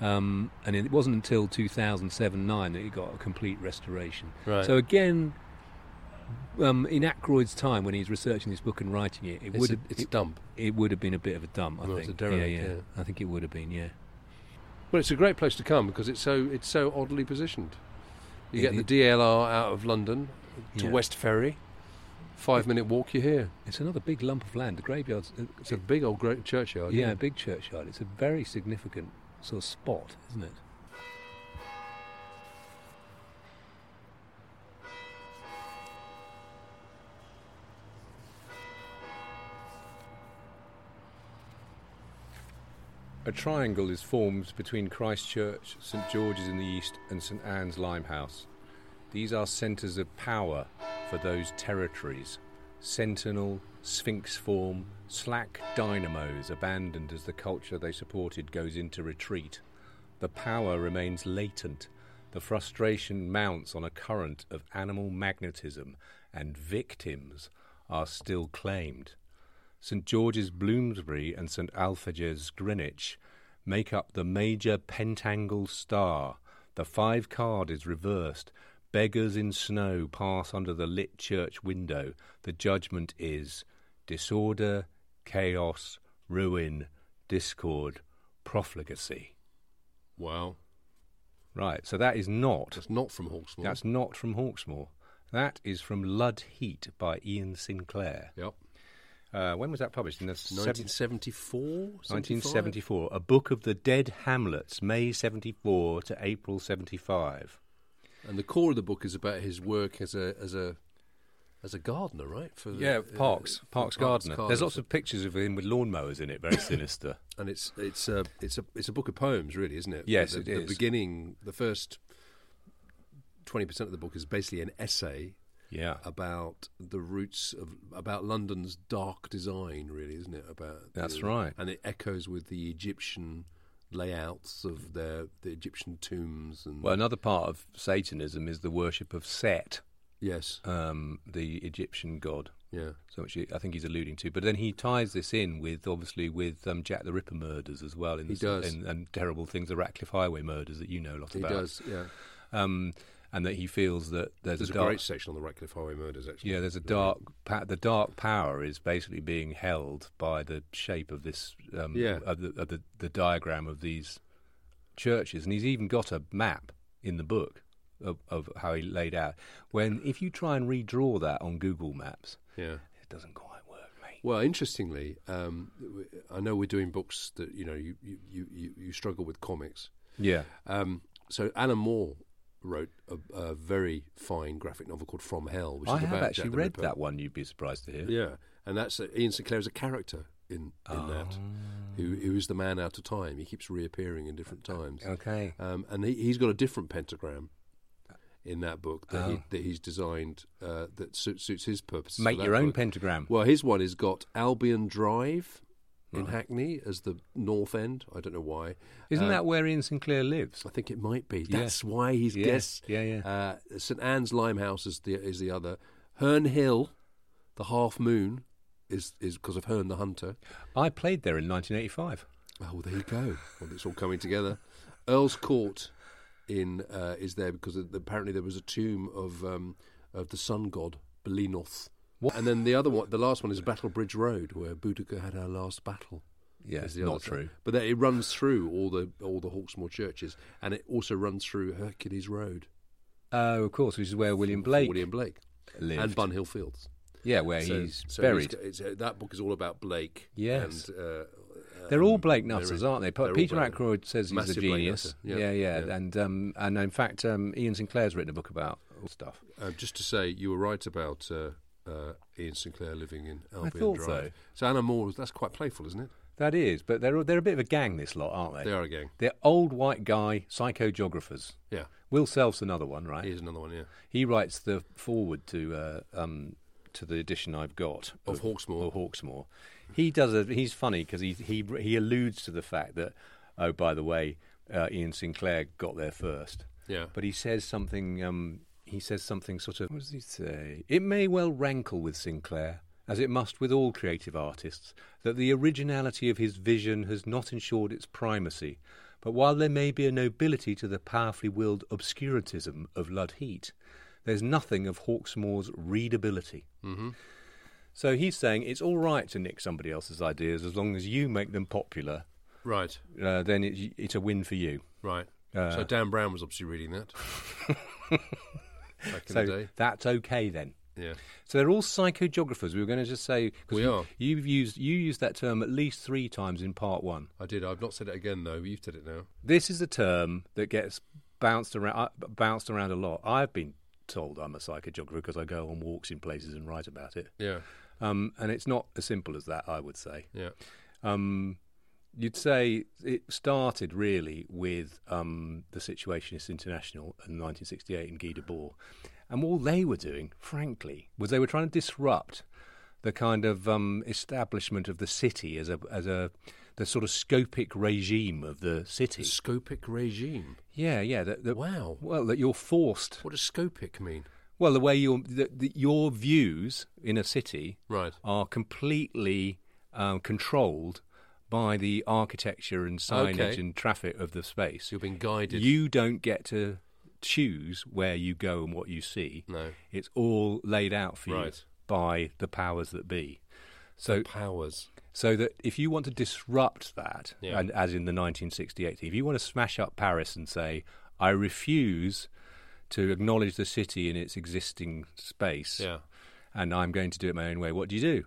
[SPEAKER 3] Um, and it wasn't until 2007 9 that it got a complete restoration.
[SPEAKER 1] Right.
[SPEAKER 3] So again, um, in Ackroyd's time, when he's researching this book and writing it, it
[SPEAKER 1] It's
[SPEAKER 3] would
[SPEAKER 1] a,
[SPEAKER 3] have
[SPEAKER 1] it's
[SPEAKER 3] it,
[SPEAKER 1] dump.
[SPEAKER 3] it would have been a bit of a dump. I
[SPEAKER 1] Well, it's
[SPEAKER 3] think.
[SPEAKER 1] a derelict,
[SPEAKER 3] yeah,
[SPEAKER 1] yeah.
[SPEAKER 3] I think it would have been. Yeah.
[SPEAKER 1] Well, it's a great place to come because it's so it's so oddly positioned. You
[SPEAKER 3] It-
[SPEAKER 1] get the DLR out of London to
[SPEAKER 3] Yeah.
[SPEAKER 1] West Ferry, five minute walk. You're here.
[SPEAKER 3] It's another big lump of land. The graveyard's uh,
[SPEAKER 1] It's a big old great
[SPEAKER 2] Oh,
[SPEAKER 1] churchyard.
[SPEAKER 3] yeah, a big churchyard. It's a very significant sort of spot, isn't it?
[SPEAKER 2] A triangle is formed between Christchurch, St George's in the east, and St Anne's Limehouse. These are centres of power for those territories. Sentinel, Sphinx form, slack dynamos abandoned as the culture they supported goes into retreat. The power remains latent. The frustration mounts on a current of animal magnetism, and victims are still claimed. St George's Bloomsbury and St Alphage's Greenwich make up the major pentangle star. The five card is reversed. Beggars in snow pass under the lit church window. The judgment is disorder, chaos, ruin, discord, profligacy.
[SPEAKER 1] Wow.
[SPEAKER 2] Right, so that is not
[SPEAKER 1] That's not from Hawksmoor.
[SPEAKER 2] that's not from Hawksmoor. That is from Lud Heat by Ian Sinclair.
[SPEAKER 1] yep.
[SPEAKER 2] Uh, when was that published? In the 17th
[SPEAKER 1] 1974. 75?
[SPEAKER 2] 1974, a book of the dead Hamlets, May 74 to April 75.
[SPEAKER 1] And the core of the book is about his work as a as a as a gardener, right? For the-
[SPEAKER 2] Yeah,
[SPEAKER 1] uh,
[SPEAKER 2] Parks,
[SPEAKER 1] for
[SPEAKER 2] Parks Gardener. There's
[SPEAKER 1] Gardner.
[SPEAKER 2] lots of pictures of him with lawnmowers in it, very sinister.
[SPEAKER 1] and it's it's a it's a it's a book of poems, really, isn't it?
[SPEAKER 2] Yes,
[SPEAKER 1] the,
[SPEAKER 2] it
[SPEAKER 1] the
[SPEAKER 2] is.
[SPEAKER 1] beginning, the first twenty percent of the book is basically an essay
[SPEAKER 2] Yeah.
[SPEAKER 1] about the roots of about London's dark design, really, isn't it? About the-
[SPEAKER 2] That's right.
[SPEAKER 1] and it echoes with the Egyptian layouts of their the Egyptian tombs and
[SPEAKER 2] Well, another part of Satanism is the worship of Set,
[SPEAKER 1] yes,
[SPEAKER 2] um, the Egyptian god.
[SPEAKER 1] yeah,
[SPEAKER 2] So which he- I think he's alluding to, but then he ties this in with obviously with um, Jack the Ripper murders as well, in
[SPEAKER 1] He
[SPEAKER 2] the,
[SPEAKER 1] does.
[SPEAKER 2] And, and terrible things, the Ratcliffe Highway murders that you know a lot
[SPEAKER 1] he
[SPEAKER 2] about.
[SPEAKER 1] does, yeah.
[SPEAKER 2] um, and that he feels that there's,
[SPEAKER 1] There's
[SPEAKER 2] a
[SPEAKER 1] a
[SPEAKER 2] dark
[SPEAKER 1] great section on the Ratcliffe Highway murders, actually.
[SPEAKER 2] Yeah, there's a dark. Pa- the dark power is basically being held by the shape of this. Um,
[SPEAKER 1] Yeah.
[SPEAKER 2] Of the, of the the diagram of these churches, and he's even got a map in the book of, of how he laid out. When if you try and redraw that on Google Maps,
[SPEAKER 1] yeah.
[SPEAKER 2] it doesn't quite work, mate.
[SPEAKER 1] Well, interestingly, um, w- I know we're doing books that you know you you, you- you, you struggle with comics.
[SPEAKER 2] Yeah.
[SPEAKER 1] Um, so Alan Moore wrote a, a very fine graphic novel called From Hell, which
[SPEAKER 2] I
[SPEAKER 1] is
[SPEAKER 2] have
[SPEAKER 1] about
[SPEAKER 2] actually
[SPEAKER 1] Jack the
[SPEAKER 2] read
[SPEAKER 1] Ripper.
[SPEAKER 2] that one. You'd be surprised to hear.
[SPEAKER 1] Yeah, and that's uh, Ian Sinclair is a character in in that, who
[SPEAKER 2] Ah.
[SPEAKER 1] who is the man out of time. He keeps reappearing in different
[SPEAKER 2] Uh,
[SPEAKER 1] times,
[SPEAKER 2] Okay.
[SPEAKER 1] um, and he, he's got a different pentagram
[SPEAKER 2] Uh,
[SPEAKER 1] in that book that, he, that he's designed uh, that suits, suits his purpose.
[SPEAKER 2] oh. Make your own pentagram.
[SPEAKER 1] Well, his one has got Albion Drive in Hackney as the north end. I don't know why.
[SPEAKER 2] Isn't
[SPEAKER 1] Uh,
[SPEAKER 2] that where Ian Sinclair lives?
[SPEAKER 1] I think it might be.
[SPEAKER 2] Yeah.
[SPEAKER 1] That's why he's
[SPEAKER 2] Yeah,
[SPEAKER 1] yes.
[SPEAKER 2] yeah, yeah.
[SPEAKER 1] Uh, St Anne's Limehouse is the is the other. Herne Hill, the Half Moon, is is because of Herne the Hunter.
[SPEAKER 2] I played there in 1985.
[SPEAKER 1] Oh, well, there you go. well, it's all coming together. Earl's Court in uh, is there because of- apparently there was a tomb of um, of the sun god Belinoth.
[SPEAKER 2] What?
[SPEAKER 1] And then the other one, the last one is Battle Bridge Road, where Boudicca had her last battle.
[SPEAKER 2] Yeah,
[SPEAKER 1] is the other
[SPEAKER 2] not
[SPEAKER 1] side.
[SPEAKER 2] true.
[SPEAKER 1] But that, it runs through all the all the Hawksmoor churches, and it also runs through Hercules Road.
[SPEAKER 2] Oh, of course, which is where William
[SPEAKER 1] for
[SPEAKER 2] Blake
[SPEAKER 1] William Blake.
[SPEAKER 2] lived.
[SPEAKER 1] and Bunhill Fields.
[SPEAKER 2] Yeah, where
[SPEAKER 1] So-
[SPEAKER 2] he's
[SPEAKER 1] so
[SPEAKER 2] buried.
[SPEAKER 1] it's- it's- that book is all about Blake.
[SPEAKER 2] Yes.
[SPEAKER 1] and, uh,
[SPEAKER 2] They're all
[SPEAKER 1] um,
[SPEAKER 2] Blake
[SPEAKER 1] they're-
[SPEAKER 2] nutters, aren't they?
[SPEAKER 1] they're
[SPEAKER 2] Pe-
[SPEAKER 1] all
[SPEAKER 2] Peter
[SPEAKER 1] Blake-
[SPEAKER 2] Ackroyd says he's
[SPEAKER 1] massive
[SPEAKER 2] a
[SPEAKER 1] Blake
[SPEAKER 2] genius.
[SPEAKER 1] nutter,
[SPEAKER 2] yeah, yeah, and um, and in fact, um, Ian Sinclair's written a book about stuff.
[SPEAKER 1] Uh, just to say, you were right about uh, uh, Ian Sinclair living in Albion
[SPEAKER 2] thought
[SPEAKER 1] Drive.
[SPEAKER 2] so.
[SPEAKER 1] Anna Moore, was- that's quite playful, isn't it?
[SPEAKER 2] That is, but they're they're a bit of a gang, this lot, aren't they?
[SPEAKER 1] They are a gang.
[SPEAKER 2] They're old white guy psychogeographers.
[SPEAKER 1] Yeah.
[SPEAKER 2] Will Self's another one, right?
[SPEAKER 1] Here's another one, yeah.
[SPEAKER 2] He writes the foreword to uh, um, to the edition I've got
[SPEAKER 1] Of Hawksmoor.
[SPEAKER 2] Of Hawksmoor. He does a, he's funny because he he he alludes to the fact that oh by the way uh, Ian Sinclair got there first.
[SPEAKER 1] Yeah.
[SPEAKER 2] But he says something. Um, he says something sort of. What does he say? It may well rankle with Sinclair, as it must with all creative artists, that the originality of his vision has not ensured its primacy. But while there may be a nobility to the powerfully willed obscurantism of Ludheat, there's nothing of Hawksmoor's readability.
[SPEAKER 1] hmm
[SPEAKER 2] So he's saying it's all right to nick somebody else's ideas as long as you make them popular.
[SPEAKER 1] Right,
[SPEAKER 2] Uh, then it's, it's a win for you.
[SPEAKER 1] right.
[SPEAKER 2] Uh,
[SPEAKER 1] so Dan Brown was obviously reading that back in the
[SPEAKER 2] so
[SPEAKER 1] day.
[SPEAKER 2] that's okay then.
[SPEAKER 1] Yeah.
[SPEAKER 2] So they're all psychogeographers. We were going to just say because
[SPEAKER 1] We
[SPEAKER 2] you,
[SPEAKER 1] are.
[SPEAKER 2] You've used you used that term at least three times in part one.
[SPEAKER 1] I did. I've not said it again, though. You've said it now.
[SPEAKER 2] This is a term that gets bounced around uh, bounced around a lot. I've been told I'm a psychogeographer because I go on walks in places and write about it.
[SPEAKER 1] Yeah,
[SPEAKER 2] Um, and it's not as simple as that. I would say.
[SPEAKER 1] yeah.
[SPEAKER 2] Um, you'd say it started really with um, the Situationist International in 1968 and Guy Debord. And all they were doing, frankly, was they were trying to disrupt the kind of um, establishment of the city as a as a the sort of scopic regime of the
[SPEAKER 1] The
[SPEAKER 2] city.
[SPEAKER 1] Scopic regime.
[SPEAKER 2] Yeah, yeah. That, that,
[SPEAKER 1] Wow.
[SPEAKER 2] Well, that you're forced.
[SPEAKER 1] What does Scopic mean?
[SPEAKER 2] Well, the way your the, the, your views in a city
[SPEAKER 1] Right.
[SPEAKER 2] are completely um, controlled by the architecture and signage
[SPEAKER 1] Okay.
[SPEAKER 2] and traffic of the space.
[SPEAKER 1] So you've been guided.
[SPEAKER 2] You don't get to choose where you go and what you see.
[SPEAKER 1] No.
[SPEAKER 2] It's all laid out for
[SPEAKER 1] Right.
[SPEAKER 2] you by the powers that be. So,
[SPEAKER 1] powers.
[SPEAKER 2] so that if you want to disrupt that,
[SPEAKER 1] Yeah.
[SPEAKER 2] and as in the 1968, if you want to smash up Paris and say, I refuse to acknowledge the city in its existing space,
[SPEAKER 1] Yeah.
[SPEAKER 2] and I'm going to do it my own way, what do you do?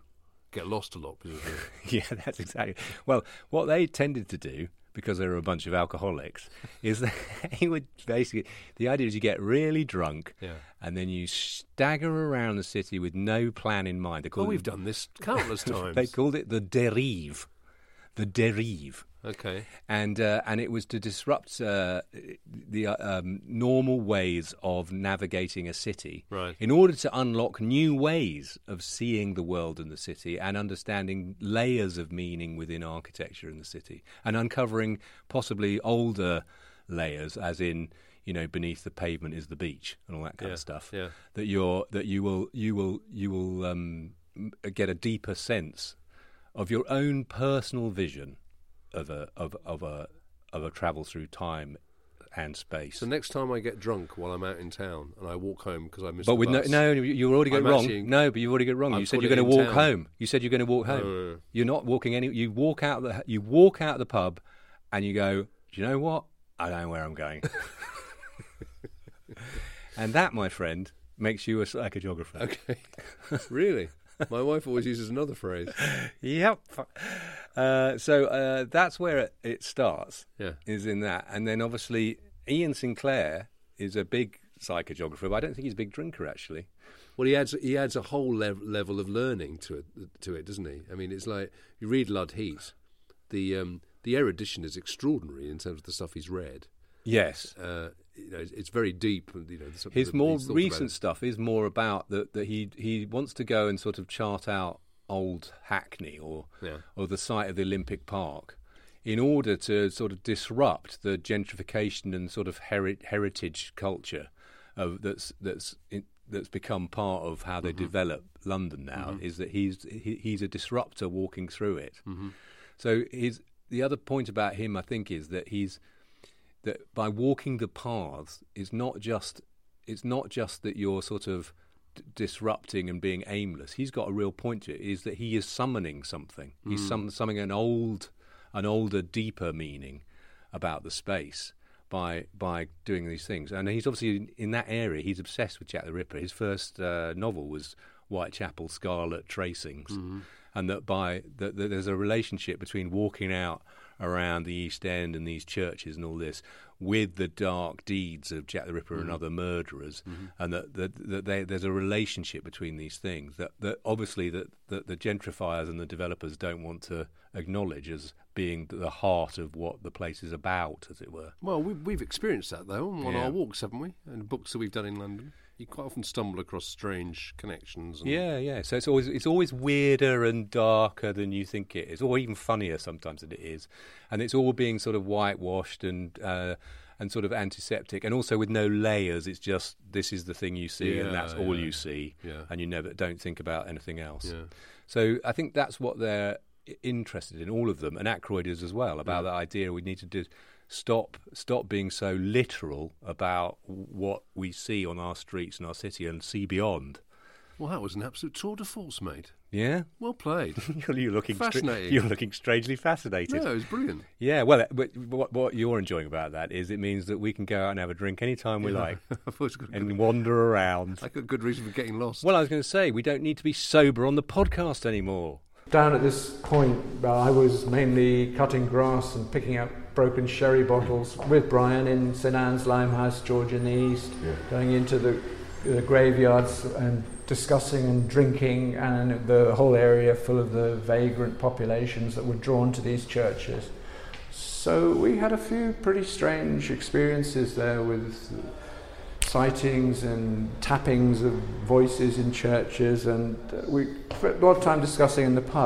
[SPEAKER 1] Get lost a lot, presumably.
[SPEAKER 2] Yeah, that's exactly. Well, what they tended to do, because they were a bunch of alcoholics, is that they would basically. The idea is you get really drunk,
[SPEAKER 1] Yeah.
[SPEAKER 2] and then you stagger around the city with no plan in mind. They
[SPEAKER 1] oh,
[SPEAKER 2] called
[SPEAKER 1] we've
[SPEAKER 2] it-
[SPEAKER 1] done this countless times.
[SPEAKER 2] They called it the derive, the derive,
[SPEAKER 1] okay.
[SPEAKER 2] and uh, and it was to disrupt uh, the uh, um, normal ways of navigating a city,
[SPEAKER 1] Right.
[SPEAKER 2] In order to unlock new ways of seeing the world and the city, and understanding layers of meaning within architecture in the city, and uncovering possibly older layers, as in you know beneath the pavement is the beach and all that kind
[SPEAKER 1] Yeah,
[SPEAKER 2] of stuff.
[SPEAKER 1] yeah.
[SPEAKER 2] That you're that you will you will you will um, m- get a deeper sense of your own personal vision of a of of a of a travel through time and space.
[SPEAKER 1] So next time I get drunk while I'm out in town and I walk home because I missed
[SPEAKER 2] but
[SPEAKER 1] the
[SPEAKER 2] with no,
[SPEAKER 1] bus,
[SPEAKER 2] no, you- you already got it
[SPEAKER 1] I'm
[SPEAKER 2] wrong.
[SPEAKER 1] actually-
[SPEAKER 2] no, but you've already got it wrong.
[SPEAKER 1] I've
[SPEAKER 2] you said
[SPEAKER 1] got
[SPEAKER 2] you're
[SPEAKER 1] it
[SPEAKER 2] going to
[SPEAKER 1] in
[SPEAKER 2] walk
[SPEAKER 1] town. Oh,
[SPEAKER 2] home. You said you're going to walk home.
[SPEAKER 1] no, no.
[SPEAKER 2] You're not walking any. You walk out the you walk out the pub, and you go. Do you know what? I don't know where I'm going. and that, my friend, makes you a psychogeographer.
[SPEAKER 1] Okay. really? My wife always uses another phrase.
[SPEAKER 2] Yep. Uh, so uh, that's where it, it starts.
[SPEAKER 1] Yeah.
[SPEAKER 2] Is in that, and then obviously Ian Sinclair is a big psychogeographer, but I don't think he's a big drinker actually.
[SPEAKER 1] Well, he adds he adds a whole lev- level of learning to it, to it, doesn't he? I mean, it's like you read Ludheat, the um, the erudition is extraordinary in terms of the stuff he's read.
[SPEAKER 2] Yes.
[SPEAKER 1] Uh, you know, it's, it's very deep. and, You know, the stuff
[SPEAKER 2] His
[SPEAKER 1] that
[SPEAKER 2] more
[SPEAKER 1] he's thought about
[SPEAKER 2] recent
[SPEAKER 1] it.
[SPEAKER 2] stuff is more about that that he he wants to go and sort of chart out old Hackney or
[SPEAKER 1] Yeah.
[SPEAKER 2] or the site of the Olympic Park in order to sort of disrupt the gentrification and sort of heri- heritage culture of that's that's in, that's become part of how they
[SPEAKER 1] Mm-hmm.
[SPEAKER 2] develop London now is that he's he, he's a disruptor walking through it.
[SPEAKER 1] Mm-hmm.
[SPEAKER 2] So his the other point about him I think is that he's that by walking the paths it's not just it's not just that you're sort of d- disrupting and being aimless he's got a real point to it is that he is summoning something he's sum- summoning an old an older deeper meaning about the space by by doing these things. And he's obviously in, in that area. He's obsessed with Jack the Ripper. His first uh, novel was Whitechapel Scarlet Tracings, and that by that, that there's a relationship between walking out around the East End and these churches and all this with the dark deeds of Jack the Ripper and other murderers, and that, that, that they, there's a relationship between these things that, that obviously that, that the gentrifiers and the developers don't want to acknowledge as being the heart of what the place is about, as it were.
[SPEAKER 1] Well, we, we've experienced that though on
[SPEAKER 2] Yeah.
[SPEAKER 1] our walks, haven't we? And books that we've done in London, you quite often stumble across strange connections. And
[SPEAKER 2] Yeah, yeah. So it's always it's always weirder and darker than you think it is, or even funnier sometimes than it is, and it's all being sort of whitewashed and uh, and sort of antiseptic, and also with no layers. It's just this is the thing you see, and that's
[SPEAKER 1] Yeah,
[SPEAKER 2] all
[SPEAKER 1] yeah.
[SPEAKER 2] you see,
[SPEAKER 1] Yeah.
[SPEAKER 2] and you never don't think about anything else.
[SPEAKER 1] Yeah.
[SPEAKER 2] So I think that's what they're i- interested in, all of them, and Aykroyd is as well about that idea. We need to do stop stop being so literal about what we see on our streets and our city, and see beyond.
[SPEAKER 1] Well, that was an absolute tour de force, mate.
[SPEAKER 2] Yeah.
[SPEAKER 1] Well played.
[SPEAKER 2] You're, you're looking stra-
[SPEAKER 1] Fascinating.
[SPEAKER 2] you're looking strangely fascinated.
[SPEAKER 1] no, it was brilliant.
[SPEAKER 2] Yeah, well, uh, but what, what you're enjoying about that is it means that we can go out and have a drink anytime we like
[SPEAKER 1] I've always got a good,
[SPEAKER 2] and wander around.
[SPEAKER 1] I got good reason for getting lost.
[SPEAKER 2] Well, I was going to say we don't need to be sober on the podcast anymore.
[SPEAKER 9] Down at this point, uh, I was mainly cutting grass and picking up broken sherry bottles with Brian in St Anne's, Limehouse, George in the East, going into the, the graveyards and discussing and drinking, and the whole area full of the vagrant populations that were drawn to these churches. So we had a few pretty strange experiences there with sightings and tappings of voices in churches, and uh, we spent a lot of time discussing in the pub.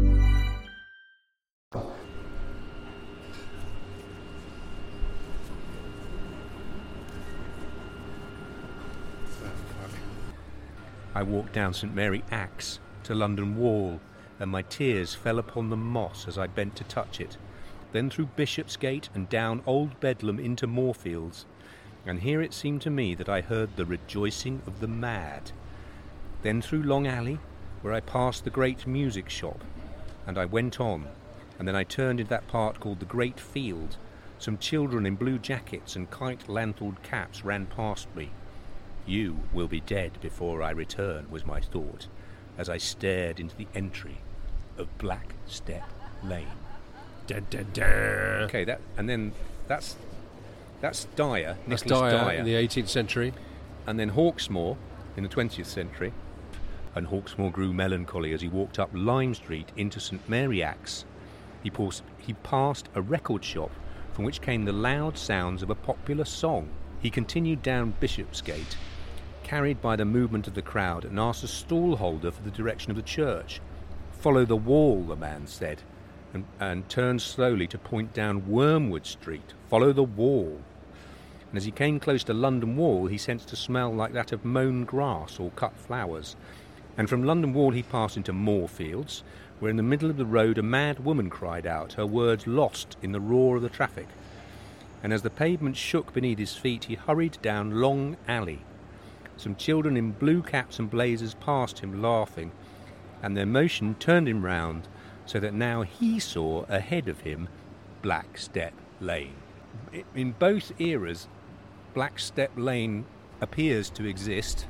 [SPEAKER 2] I walked down St Mary Axe to London Wall, and my tears fell upon the moss as I bent to touch it. Then through Bishopsgate and down Old Bedlam into Moorfields, and here it seemed to me that I heard the rejoicing of the mad. Then through Long Alley, where I passed the great music shop, and I went on, and then I turned into that part called the Great Field. Some children in blue jackets and kite lanthorned caps ran past me. You will be dead before I return, was my thought, as I stared into the entry of Black Step Lane. Okay, that and then that's that's Dyer,
[SPEAKER 1] That's
[SPEAKER 2] Nicholas
[SPEAKER 1] Dyer
[SPEAKER 2] Dyer,
[SPEAKER 1] in the 18th century,
[SPEAKER 2] and then Hawksmoor in the 20th century. And Hawksmoor grew melancholy as he walked up Lime Street into St Mary Axe. He paused, he passed a record shop from which came the loud sounds of a popular song. He continued down Bishopsgate, carried by the movement of the crowd, and asked a stallholder for the direction of the church. Follow the wall, the man said, and, and turned slowly to point down Wormwood Street. Follow the wall. And as he came close to London Wall, he sensed a smell like that of mown grass or cut flowers. And from London Wall he passed into Moorfields, where in the middle of the road a mad woman cried out, her words lost in the roar of the traffic. And as the pavement shook beneath his feet, he hurried down Long Alley. Some children in blue caps and blazers passed him, laughing, and their motion turned him round, so that now he saw ahead of him Black Step Lane. I- In both eras, Black Step Lane appears to exist,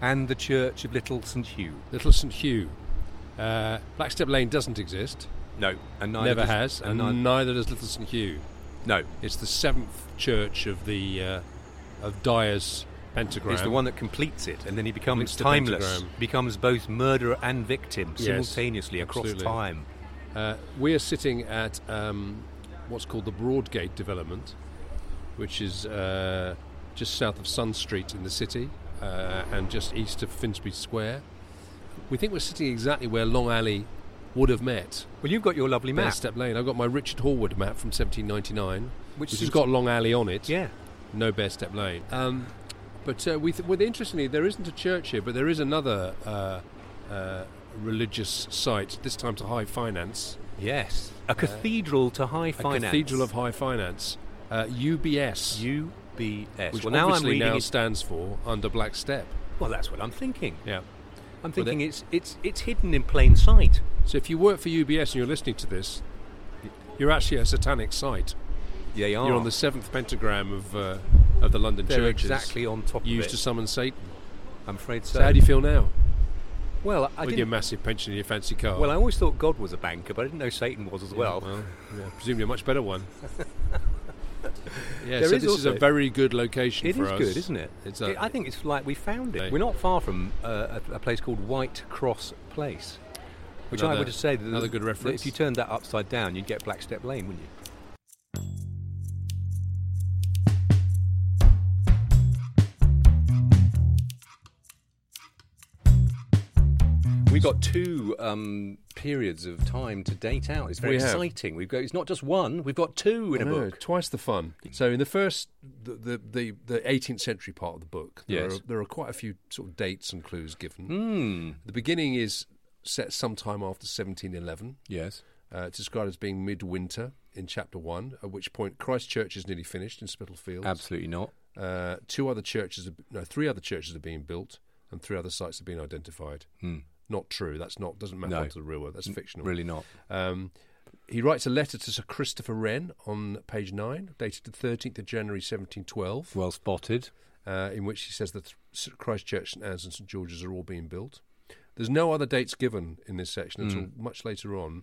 [SPEAKER 2] and the Church of Little St Hugh.
[SPEAKER 1] Little St Hugh. Uh, Black Step Lane doesn't exist.
[SPEAKER 2] No, and neither
[SPEAKER 1] never
[SPEAKER 2] does-
[SPEAKER 1] has, and,
[SPEAKER 2] and
[SPEAKER 1] neither,
[SPEAKER 2] neith-
[SPEAKER 1] does Little St Hugh.
[SPEAKER 2] No,
[SPEAKER 1] it's the seventh church of the uh, of Dyer's pentagram.
[SPEAKER 2] He's the one that completes it, and then he
[SPEAKER 1] Completes
[SPEAKER 2] becomes
[SPEAKER 1] the
[SPEAKER 2] timeless,
[SPEAKER 1] pentagram.
[SPEAKER 2] becomes both murderer and victim
[SPEAKER 1] Yes,
[SPEAKER 2] simultaneously across
[SPEAKER 1] absolutely.
[SPEAKER 2] time.
[SPEAKER 1] Uh, we are sitting at um, what's called the Broadgate development, which is uh, just south of Sun Street in the city uh, and just east of Finsbury Square. We think we're sitting exactly where Long Alley would have met.
[SPEAKER 2] Well, you've got your lovely
[SPEAKER 1] Bear
[SPEAKER 2] map.
[SPEAKER 1] Step Lane. I've got my Richard Horwood map from 1799, which,
[SPEAKER 2] Which
[SPEAKER 1] has
[SPEAKER 2] seems-
[SPEAKER 1] got Long Alley on it.
[SPEAKER 2] Yeah.
[SPEAKER 1] No Bear Step Lane. Um, but uh, we th- well, interestingly, there isn't a church here, but there is another uh, uh, religious site, this time to high finance.
[SPEAKER 2] Yes, a cathedral to high finance.
[SPEAKER 1] A cathedral of high finance. Uh, UBS.
[SPEAKER 2] UBS.
[SPEAKER 1] Which
[SPEAKER 2] well, now I'm
[SPEAKER 1] obviously
[SPEAKER 2] reading
[SPEAKER 1] now
[SPEAKER 2] it.
[SPEAKER 1] stands for Under Black Step.
[SPEAKER 2] Well, that's what I'm thinking.
[SPEAKER 1] Yeah.
[SPEAKER 2] I'm
[SPEAKER 1] Well,
[SPEAKER 2] thinking
[SPEAKER 1] that-
[SPEAKER 2] it's it's it's hidden in plain sight.
[SPEAKER 1] So if you work for UBS and you're listening to this, you're actually a satanic site.
[SPEAKER 2] Yeah, you are.
[SPEAKER 1] You're on the seventh pentagram of uh, of the London
[SPEAKER 2] Oh. They're
[SPEAKER 1] churches.
[SPEAKER 2] exactly on top of
[SPEAKER 1] Used
[SPEAKER 2] it.
[SPEAKER 1] to summon Satan.
[SPEAKER 2] I'm afraid so.
[SPEAKER 1] So, how do you feel now?
[SPEAKER 2] Well, I
[SPEAKER 1] with
[SPEAKER 2] didn't.
[SPEAKER 1] your massive pension and your fancy car.
[SPEAKER 2] well, I always thought God was a banker, but I didn't know Satan was as well.
[SPEAKER 1] well yeah, presumably a much better one. yeah,
[SPEAKER 2] There
[SPEAKER 1] so
[SPEAKER 2] is
[SPEAKER 1] this is a
[SPEAKER 2] also-
[SPEAKER 1] very good location
[SPEAKER 2] It is
[SPEAKER 1] for us.
[SPEAKER 2] good, isn't it?
[SPEAKER 1] It's
[SPEAKER 2] It-
[SPEAKER 1] a,
[SPEAKER 2] I think it's like we found it.
[SPEAKER 1] Yeah.
[SPEAKER 2] We're not far from uh, a, a place called White Cross Place, which I
[SPEAKER 1] Another-
[SPEAKER 2] would say that
[SPEAKER 1] another good
[SPEAKER 2] that
[SPEAKER 1] reference.
[SPEAKER 2] if you turned that upside down, you'd get Black Step Lane, wouldn't you? We've got two um, periods of time to date out. It's very
[SPEAKER 1] We have.
[SPEAKER 2] exciting. We've got it's not just one. We've got two
[SPEAKER 1] I
[SPEAKER 2] in a
[SPEAKER 1] know,
[SPEAKER 2] book.
[SPEAKER 1] Twice the fun. So in the first, the the, the, the 18th century part of the book, there,
[SPEAKER 2] Yes.
[SPEAKER 1] are, there are quite a few sort of dates and clues given.
[SPEAKER 2] Hmm.
[SPEAKER 1] The beginning is set sometime after 1711.
[SPEAKER 10] Yes.
[SPEAKER 1] Uh, it's described as being midwinter in chapter one, at which point Christchurch is nearly finished in Spitalfields.
[SPEAKER 10] Absolutely not.
[SPEAKER 1] Uh, two other churches, are- no, three other churches are being built, and three other sites have been identified.
[SPEAKER 10] Hmm.
[SPEAKER 1] Not true. That's not doesn't map
[SPEAKER 10] No.
[SPEAKER 1] onto the real world. That's
[SPEAKER 10] N-
[SPEAKER 1] fictional.
[SPEAKER 10] Really not.
[SPEAKER 1] Um, he writes a letter to Sir Christopher Wren on page 9, dated the 13th of January 1712,
[SPEAKER 10] Well spotted.
[SPEAKER 1] uh, in which he says that S- Christchurch, St Anne's, and St George's are all being built. There's no other dates given in this section until much later on.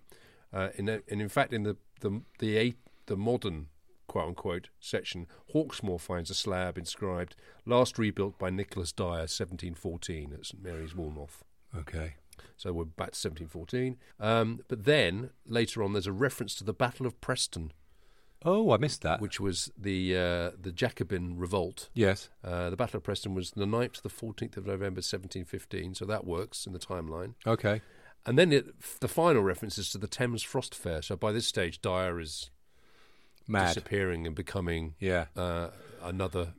[SPEAKER 1] Uh, in a- and in fact, in the the the, eight, the modern quote unquote section, Hawksmoor finds a slab inscribed "Last rebuilt by Nicholas Dyer, 1714" at St Mary's Woolnoth.
[SPEAKER 10] Okay.
[SPEAKER 1] So we're back to 1714. Um, but then later on, there's a reference to the Battle of Preston,
[SPEAKER 10] Oh, I missed
[SPEAKER 2] Uh.
[SPEAKER 10] that.
[SPEAKER 1] which was the uh, the Jacobin revolt.
[SPEAKER 10] yes.
[SPEAKER 1] Uh, the Battle of Preston was the 9th to the 14th of November 1715, so that works in the timeline.
[SPEAKER 10] Okay.
[SPEAKER 1] And then it, the final reference is to the Thames Frost Fair. So by this stage, Dyer is
[SPEAKER 10] Mad.
[SPEAKER 1] disappearing and becoming
[SPEAKER 10] Yeah.
[SPEAKER 1] uh, another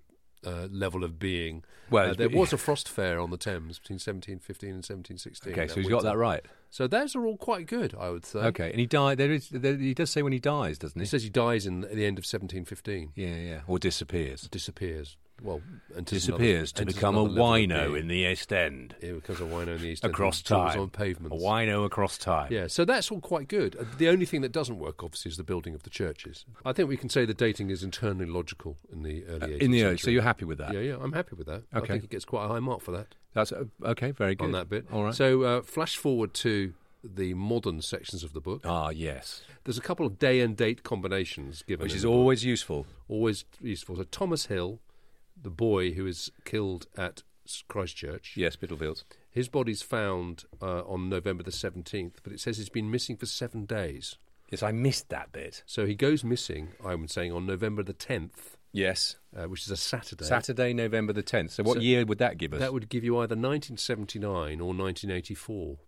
[SPEAKER 1] uh, level of being.
[SPEAKER 10] Well,
[SPEAKER 1] Uh,
[SPEAKER 10] it's
[SPEAKER 1] there
[SPEAKER 10] be-
[SPEAKER 1] was a frost fair on the Thames between 1715 and 1716.
[SPEAKER 10] Okay, so he's got
[SPEAKER 1] winter.
[SPEAKER 10] that right.
[SPEAKER 1] So those are all quite good, I would say.
[SPEAKER 10] Okay, and he died. There is. There, he does say when he dies, doesn't he?
[SPEAKER 1] He says he dies in at the end of 1715.
[SPEAKER 10] yeah, yeah. Or disappears.
[SPEAKER 1] Disappears. Well, enters
[SPEAKER 10] Disappears
[SPEAKER 1] another,
[SPEAKER 10] to become a wino in
[SPEAKER 1] the.
[SPEAKER 10] the East End.
[SPEAKER 1] He becomes a wino in the East End
[SPEAKER 10] Across
[SPEAKER 1] and travels
[SPEAKER 10] time.
[SPEAKER 1] on pavements.
[SPEAKER 10] A wino across time.
[SPEAKER 1] Yeah, so that's all quite good. Uh, The only thing that doesn't work, obviously, is the building of the churches. I think we can say the dating is internally logical in the
[SPEAKER 10] Uh,
[SPEAKER 1] early 18th
[SPEAKER 10] in the early,
[SPEAKER 1] century.
[SPEAKER 10] so you're happy with that?
[SPEAKER 1] Yeah, yeah, I'm happy with that. I
[SPEAKER 10] Okay.
[SPEAKER 1] think he gets quite a high mark for that
[SPEAKER 10] That's uh, okay. Very good
[SPEAKER 1] on that bit.
[SPEAKER 10] All right.
[SPEAKER 1] So uh, flash forward to the modern sections of the book.
[SPEAKER 10] ah, yes,
[SPEAKER 1] There's a couple of day and date combinations given,
[SPEAKER 10] which
[SPEAKER 1] in
[SPEAKER 10] is
[SPEAKER 1] the book.
[SPEAKER 10] always useful.
[SPEAKER 1] always useful. So Thomas Hill, the boy who is killed at S- Christchurch,
[SPEAKER 10] Yes, Spitalfields.
[SPEAKER 1] his body's found uh, on November the seventeenth, but it says he's been missing for seven days.
[SPEAKER 2] Yes, I missed that bit.
[SPEAKER 1] So he goes missing, I'm saying, on November the 10th.
[SPEAKER 2] Yes.
[SPEAKER 1] Uh, which is a Saturday.
[SPEAKER 2] Saturday, November the 10th. So what year would that give us?
[SPEAKER 1] That would give you either 1979 or 1984.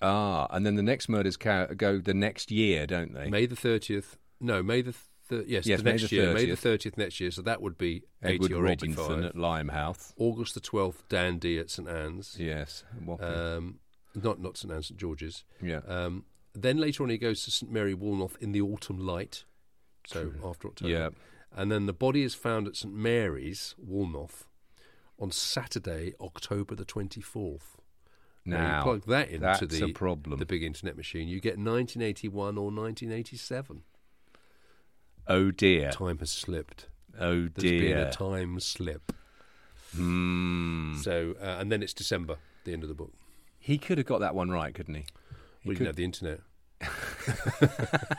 [SPEAKER 2] Ah, and then the next murders ca- go the next year, don't they?
[SPEAKER 1] May the 30th. No, May the. Th- yes,
[SPEAKER 2] Yes,
[SPEAKER 1] the
[SPEAKER 2] May
[SPEAKER 1] next
[SPEAKER 2] the
[SPEAKER 1] year. May the
[SPEAKER 2] 30th.
[SPEAKER 1] 30th next year. So that would be 80
[SPEAKER 2] Edward
[SPEAKER 1] or 85.
[SPEAKER 2] Robinson at Limehouse.
[SPEAKER 1] August the 12th, Dandy at St Anne's.
[SPEAKER 2] Yes. Wapping.
[SPEAKER 1] Um, not not St Anne's, St George's.
[SPEAKER 2] Yeah.
[SPEAKER 1] Um, then later on, he goes to St Mary Woolnoth in the autumn light. So after October.
[SPEAKER 2] Yeah.
[SPEAKER 1] And then the body is found at St Mary's, Woolnoth, on Saturday, October the 24th.
[SPEAKER 2] Now,
[SPEAKER 1] you plug that into
[SPEAKER 2] that's
[SPEAKER 1] the,
[SPEAKER 2] a problem.
[SPEAKER 1] the big internet machine, you get 1981 or 1987.
[SPEAKER 2] Oh dear.
[SPEAKER 1] Time has slipped.
[SPEAKER 2] Oh
[SPEAKER 1] There's been
[SPEAKER 2] dear.
[SPEAKER 1] a time slip.
[SPEAKER 2] Hmm.
[SPEAKER 1] So, uh, and then it's December, the end of the book.
[SPEAKER 2] He could have got that one right, couldn't he? He
[SPEAKER 1] We didn't
[SPEAKER 2] could-
[SPEAKER 1] have the internet.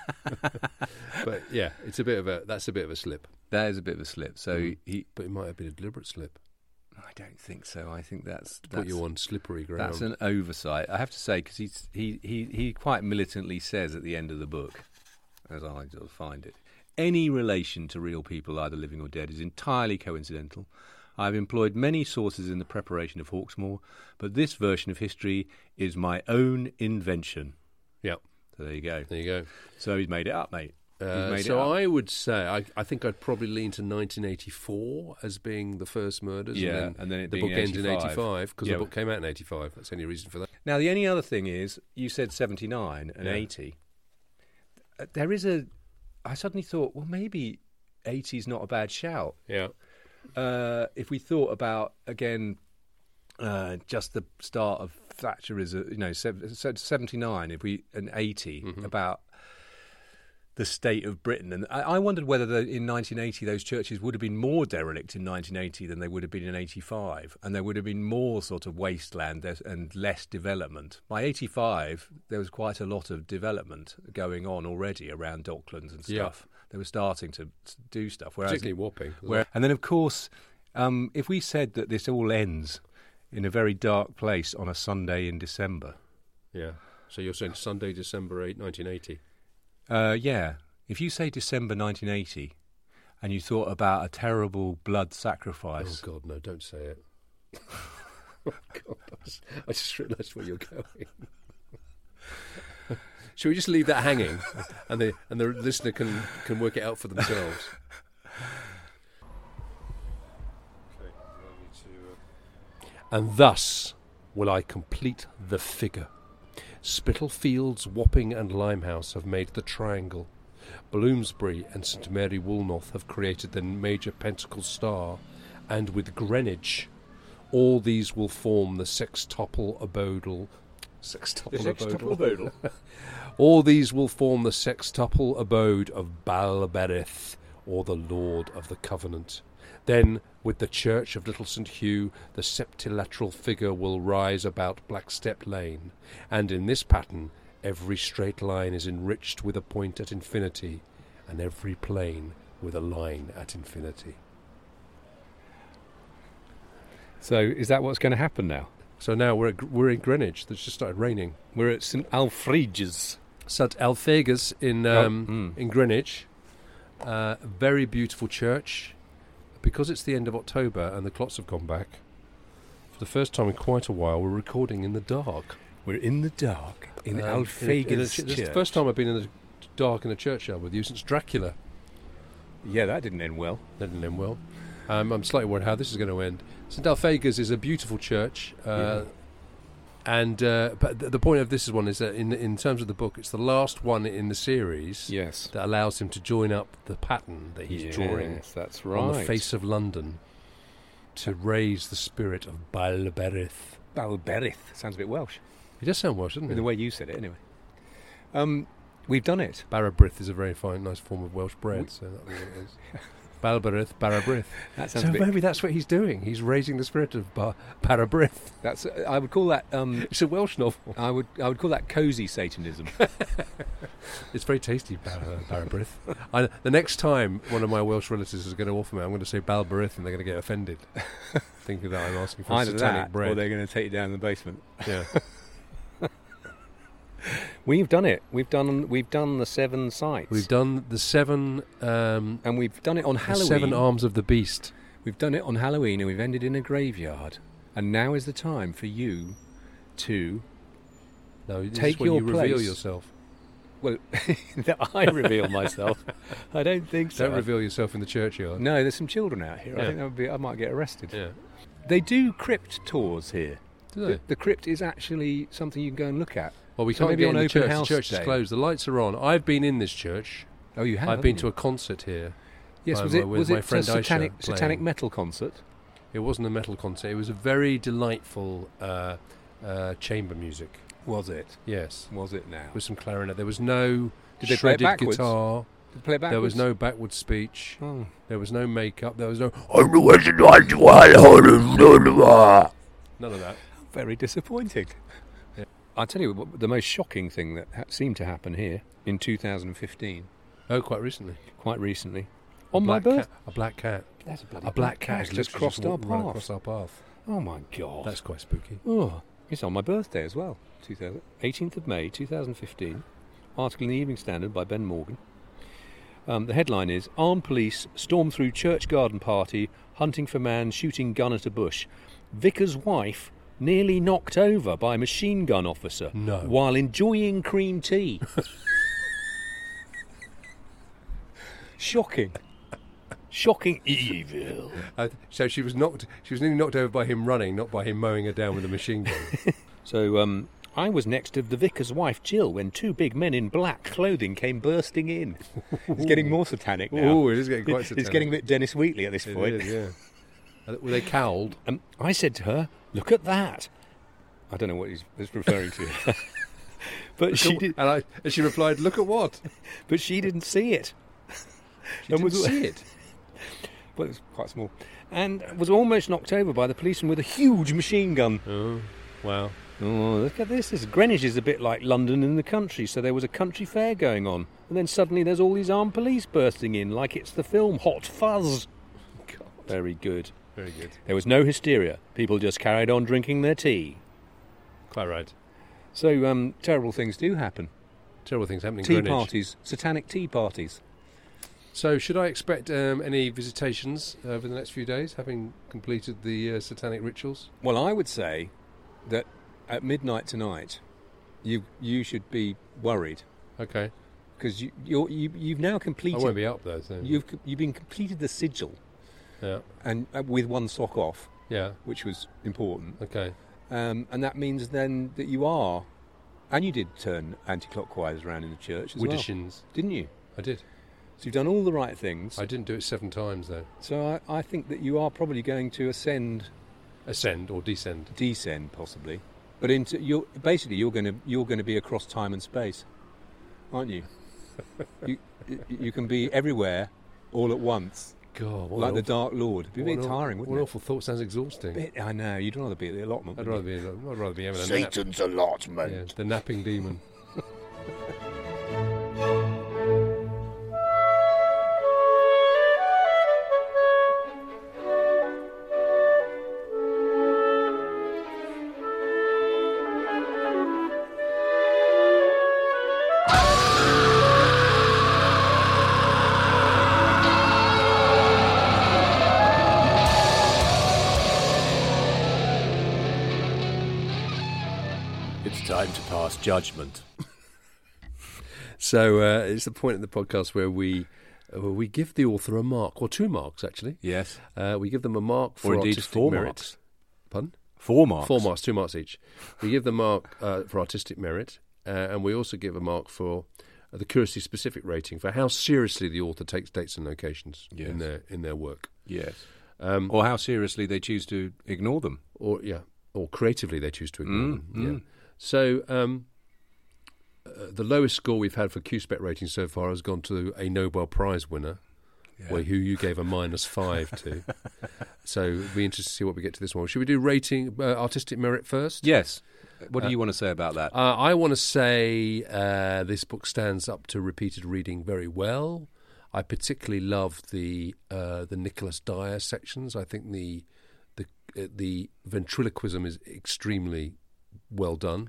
[SPEAKER 1] but yeah, it's a bit of a that's a bit of a slip.
[SPEAKER 2] That is a bit of a slip. So
[SPEAKER 1] Mm.
[SPEAKER 2] he,
[SPEAKER 1] But it might have been a deliberate slip.
[SPEAKER 2] I don't think so. I think that's
[SPEAKER 1] To put
[SPEAKER 2] that's,
[SPEAKER 1] you on slippery ground.
[SPEAKER 2] that's an oversight. I have to say because he's he, he he quite militantly says at the end of the book, as I sort of find it, any relation to real people, either living or dead, is entirely coincidental. I have employed many sources in the preparation of Hawksmoor, but this version of history is my own invention.
[SPEAKER 1] yeah.
[SPEAKER 2] So there you go.
[SPEAKER 1] There you go.
[SPEAKER 2] So he's made it up, mate. He's
[SPEAKER 1] Uh,
[SPEAKER 2] made
[SPEAKER 1] so
[SPEAKER 2] it up.
[SPEAKER 1] I would say I, I think I'd probably lean to 1984 as being the first murders.
[SPEAKER 2] Yeah,
[SPEAKER 1] and then,
[SPEAKER 2] and then it
[SPEAKER 1] the
[SPEAKER 2] being
[SPEAKER 1] book ends in
[SPEAKER 2] 85.
[SPEAKER 1] 85 because
[SPEAKER 2] Yeah.
[SPEAKER 1] the book came out in 85. That's the only reason for that.
[SPEAKER 2] Now, the only other thing is, you said 79 and
[SPEAKER 1] Yeah.
[SPEAKER 2] 80. Uh, There is a. I suddenly thought, well, maybe 80 is not a bad shout.
[SPEAKER 1] Yeah,
[SPEAKER 2] Uh, if we thought about, again, uh, just the start of Thatcherism, you know, sev- so 79 if we and 80
[SPEAKER 1] Mm-hmm.
[SPEAKER 2] about the state of Britain. And I, I wondered whether the, in 1980 those churches would have been more derelict in 1980 than they would have been in 85, and there would have been more sort of wasteland there- and less development. By 85, there was quite a lot of development going on already around Docklands and
[SPEAKER 1] Yeah.
[SPEAKER 2] stuff. They were starting to to do stuff. Whereas
[SPEAKER 1] particularly Wapping.
[SPEAKER 2] where, and then, of course, um, if we said that this all ends in a very dark place on a Sunday in December,
[SPEAKER 1] yeah. So you're saying Sunday, December 8, 1980.
[SPEAKER 2] uh, yeah, if you say December 1980 and you thought about a terrible blood sacrifice,
[SPEAKER 1] Oh God, no! Don't say it. oh God, I just- I just realised where you're going. Should we just leave that hanging, and the and the listener can can work it out for themselves? And thus will I complete the figure. Spitalfields, Wapping, and Limehouse have made the triangle. Bloomsbury and St Mary Woolnoth have created the major pentacle star, and with Greenwich, all these will form the sextuple abodal. Sextuple, abodal. all these will form the sextuple abode of Balbereth, or the Lord of the Covenant. Then, with the church of Little St. Hugh, the septilateral figure will rise about Blackstep Lane, and in this pattern, every straight line is enriched with a point at infinity, and every plane with a line at infinity.
[SPEAKER 2] So, is that what's going to happen now?
[SPEAKER 1] So now we're at, Gr- we're in Greenwich. It's just started raining.
[SPEAKER 2] We're at St. Alfred's.
[SPEAKER 1] St Alphegas in
[SPEAKER 2] Oh,
[SPEAKER 1] um,
[SPEAKER 2] mm.
[SPEAKER 1] in Greenwich. Uh, very beautiful church. Because it's the end of October and the clocks have gone back, for the first time in quite a while, we're recording in the dark.
[SPEAKER 2] We're in the dark
[SPEAKER 1] Um, in
[SPEAKER 2] in um,
[SPEAKER 1] a- in a
[SPEAKER 2] Alfegas
[SPEAKER 1] ch- This is the first time I've been in the dark in a churchyard with you since Dracula.
[SPEAKER 2] Yeah, that didn't end well.
[SPEAKER 1] That didn't end well. Um, I'm slightly worried how this is going to end. St Alphegas is a beautiful church, uh, and uh, but th- the point of this one is that in in terms of the book, it's the last one in the series
[SPEAKER 2] Yes.
[SPEAKER 1] that allows him to join up the pattern that he's drawing
[SPEAKER 2] Yes, that's
[SPEAKER 1] on the
[SPEAKER 2] right.
[SPEAKER 1] face of London to raise the spirit of Balberith.
[SPEAKER 2] Balberith. Sounds a bit Welsh.
[SPEAKER 1] It does sound Welsh, doesn't
[SPEAKER 2] In the
[SPEAKER 1] it?
[SPEAKER 2] way you said it, anyway. Um, we've done it.
[SPEAKER 1] Barabrith is a very fine, nice form of Welsh bread, so that's what it is. Balberith, Barabrith.
[SPEAKER 2] That sounds
[SPEAKER 1] So
[SPEAKER 2] a bit.
[SPEAKER 1] maybe that's what he's doing. He's raising the spirit of ba- Barabrith.
[SPEAKER 2] That's. uh, I would call that. Um,
[SPEAKER 1] It's a Welsh novel.
[SPEAKER 2] I would. I would call that cozy Satanism.
[SPEAKER 1] It's very tasty, Bar- Barabrith. I, the next time one of my Welsh relatives is going to offer me, I'm going to say Balberith, and they're going to get offended, thinking that I'm asking for
[SPEAKER 2] Either
[SPEAKER 1] satanic
[SPEAKER 2] that,
[SPEAKER 1] bread.
[SPEAKER 2] or they're going to take you down in the basement.
[SPEAKER 1] Yeah.
[SPEAKER 2] We've done it. We've done we've done the seven sites.
[SPEAKER 1] We've done the seven, um,
[SPEAKER 2] and we've done it on
[SPEAKER 1] the
[SPEAKER 2] Halloween.
[SPEAKER 1] seven arms of the beast.
[SPEAKER 2] We've done it on Halloween, and we've ended in a graveyard. And now is the time for you to
[SPEAKER 1] No, this
[SPEAKER 2] take
[SPEAKER 1] is when
[SPEAKER 2] your
[SPEAKER 1] you
[SPEAKER 2] place.
[SPEAKER 1] reveal yourself.
[SPEAKER 2] Well, that I reveal myself. I don't think so.
[SPEAKER 1] Don't reveal yourself in the churchyard.
[SPEAKER 2] No, there's some children out here. I
[SPEAKER 1] Yeah.
[SPEAKER 2] think that would be. I might get arrested.
[SPEAKER 1] Yeah.
[SPEAKER 2] They do crypt tours here.
[SPEAKER 1] Do they?
[SPEAKER 2] The, the crypt is actually something you can go and look at.
[SPEAKER 1] Well, we
[SPEAKER 2] So
[SPEAKER 1] can't
[SPEAKER 2] maybe
[SPEAKER 1] get
[SPEAKER 2] on
[SPEAKER 1] in the
[SPEAKER 2] open
[SPEAKER 1] church.
[SPEAKER 2] house
[SPEAKER 1] the church is
[SPEAKER 2] day.
[SPEAKER 1] closed. The lights are on. I've been in this church.
[SPEAKER 2] Oh, you have,
[SPEAKER 1] I've been
[SPEAKER 2] haven't
[SPEAKER 1] to
[SPEAKER 2] you?
[SPEAKER 1] a concert here.
[SPEAKER 2] Yes,
[SPEAKER 1] by
[SPEAKER 2] was
[SPEAKER 1] my-
[SPEAKER 2] it
[SPEAKER 1] with
[SPEAKER 2] was
[SPEAKER 1] my
[SPEAKER 2] it a
[SPEAKER 1] friend Aisha
[SPEAKER 2] satanic
[SPEAKER 1] playing.
[SPEAKER 2] satanic metal concert?
[SPEAKER 1] It wasn't a metal concert. It was a very delightful uh, uh, chamber music.
[SPEAKER 2] Was it?
[SPEAKER 1] Yes,
[SPEAKER 2] Was it now?
[SPEAKER 1] with some clarinet. There was no
[SPEAKER 2] Did they play it
[SPEAKER 1] shredded
[SPEAKER 2] backwards?
[SPEAKER 1] guitar.
[SPEAKER 2] Did they play it
[SPEAKER 1] There was no
[SPEAKER 2] backwards?
[SPEAKER 1] backward speech.
[SPEAKER 2] Oh.
[SPEAKER 1] There was no makeup. There was no. None of that.
[SPEAKER 2] Very disappointing. I tell you, what, the most shocking thing that ha- seemed to happen here in 2015,
[SPEAKER 1] Oh, quite recently.
[SPEAKER 2] quite recently,
[SPEAKER 1] A
[SPEAKER 2] on my
[SPEAKER 1] black
[SPEAKER 2] birth,
[SPEAKER 1] cat- a black cat.
[SPEAKER 2] That's a bloody
[SPEAKER 1] a black cat has
[SPEAKER 2] just
[SPEAKER 1] literally
[SPEAKER 2] crossed our
[SPEAKER 1] walked right
[SPEAKER 2] path.
[SPEAKER 1] Across our path.
[SPEAKER 2] Oh my god!
[SPEAKER 1] That's quite spooky.
[SPEAKER 2] oh, it's on my birthday as well. 2000, 18th of May, 2015. Article in the Evening Standard by Ben Morgan. Um, the headline is Armed Police Storm Through Church Garden Party, Hunting for Man, Shooting Gun at a Bush. Vicar's Wife Nearly Knocked Over by Machine Gun Officer
[SPEAKER 1] No.
[SPEAKER 2] While Enjoying Cream Tea. Shocking. Shocking evil.
[SPEAKER 1] Uh, so she was knocked. She was nearly knocked over by him running, not by him mowing her down with a machine gun.
[SPEAKER 2] So, um, I was next to the vicar's wife, Jill, when two big men in black clothing came bursting in. it's getting more satanic now.
[SPEAKER 1] Ooh, it is getting quite
[SPEAKER 2] It's getting
[SPEAKER 1] satanic.
[SPEAKER 2] a bit Dennis Wheatley at this
[SPEAKER 1] It
[SPEAKER 2] point.
[SPEAKER 1] is, yeah. Uh, Were they cowled?
[SPEAKER 2] Um, I said to her, "Look at that." I don't know what he's, he's referring to, but she did,
[SPEAKER 1] And, I, and she replied, "Look at what."
[SPEAKER 2] but she didn't see it.
[SPEAKER 1] She didn't
[SPEAKER 2] was-
[SPEAKER 1] see it.
[SPEAKER 2] Well, it was quite small, and was almost knocked over by the policeman with a huge machine gun.
[SPEAKER 1] Oh, wow.
[SPEAKER 2] Oh, look at this. this. Greenwich is a bit like London in the country, so there was a country fair going on. And then suddenly there's all these armed police bursting in, like it's the film Hot Fuzz. Very good.
[SPEAKER 1] Very good.
[SPEAKER 2] There was no hysteria. People just carried on drinking their tea.
[SPEAKER 1] Quite right.
[SPEAKER 2] So, um, terrible things do happen.
[SPEAKER 1] Terrible things happening. in
[SPEAKER 2] tea
[SPEAKER 1] Greenwich.
[SPEAKER 2] parties, satanic tea parties.
[SPEAKER 1] So, should I expect um, any visitations uh, over the next few days, having completed the uh, satanic rituals?
[SPEAKER 2] Well, I would say that at midnight tonight, you you should be worried
[SPEAKER 1] Okay.
[SPEAKER 2] because you, you're, you you've now
[SPEAKER 1] I
[SPEAKER 2] completed.
[SPEAKER 1] won't be up though. So.
[SPEAKER 2] You've co- you've been completed the sigil,
[SPEAKER 1] Yeah.
[SPEAKER 2] and uh, with one sock off.
[SPEAKER 1] Yeah.
[SPEAKER 2] which was important.
[SPEAKER 1] Okay.
[SPEAKER 2] Um, and that means then that you are, and you did turn anti-clockwise around in the church as well,
[SPEAKER 1] Widdershins.
[SPEAKER 2] didn't you?
[SPEAKER 1] I did.
[SPEAKER 2] So you've done all the right things.
[SPEAKER 1] I didn't do it seven times though.
[SPEAKER 2] so I, I think that you are probably going to ascend,
[SPEAKER 1] Ascend or descend.
[SPEAKER 2] descend, possibly. But into you're basically you're going to you're going to be across time and space, aren't you? you you can be everywhere, all at once,
[SPEAKER 1] God, what
[SPEAKER 2] like
[SPEAKER 1] an
[SPEAKER 2] the
[SPEAKER 1] awful-
[SPEAKER 2] Dark Lord. It'd be a
[SPEAKER 1] what
[SPEAKER 2] bit
[SPEAKER 1] an aw-
[SPEAKER 2] tiring,
[SPEAKER 1] What
[SPEAKER 2] wouldn't
[SPEAKER 1] an
[SPEAKER 2] it?
[SPEAKER 1] awful thought sounds exhausting.
[SPEAKER 2] Bit- I know you'd rather be at the allotment.
[SPEAKER 1] I'd
[SPEAKER 2] wouldn't
[SPEAKER 1] rather be. I'd rather be having a nap.
[SPEAKER 11] Satan's allotment.
[SPEAKER 1] Yeah, the napping demon.
[SPEAKER 11] It's time to pass judgment.
[SPEAKER 1] So uh, it's the point in the podcast where we uh, where we give the author a mark or two marks actually.
[SPEAKER 11] Yes.
[SPEAKER 1] Uh, we give them a mark for
[SPEAKER 11] Or indeed
[SPEAKER 1] artistic
[SPEAKER 11] four
[SPEAKER 1] merit.
[SPEAKER 11] marks.
[SPEAKER 1] Pardon?
[SPEAKER 11] Four marks.
[SPEAKER 1] Four marks, two marks each. We give them mark uh, for artistic merit, uh, and we also give a mark for uh, the curiosity specific rating for how seriously the author takes dates and locations
[SPEAKER 11] Yes.
[SPEAKER 1] in their in their work,
[SPEAKER 11] Yes.
[SPEAKER 1] um,
[SPEAKER 12] Or how seriously they choose to ignore them.
[SPEAKER 1] or yeah, or creatively they choose to ignore
[SPEAKER 12] Mm,
[SPEAKER 1] them. Yeah.
[SPEAKER 12] mm.
[SPEAKER 1] So. Um, uh, the lowest score we've had for QSpec rating so far has gone to a Nobel Prize winner,
[SPEAKER 12] Yeah.
[SPEAKER 1] well, who you gave a minus five to. so it'll be interesting to see what we get to this one. Should we do rating uh, artistic merit first?
[SPEAKER 12] Yes. What do
[SPEAKER 1] Uh,
[SPEAKER 12] you want to say about that?
[SPEAKER 1] Uh, I want to say uh, this book stands up to repeated reading very well. I particularly love the uh, the Nicholas Dyer sections. I think the the uh, the ventriloquism is extremely well done.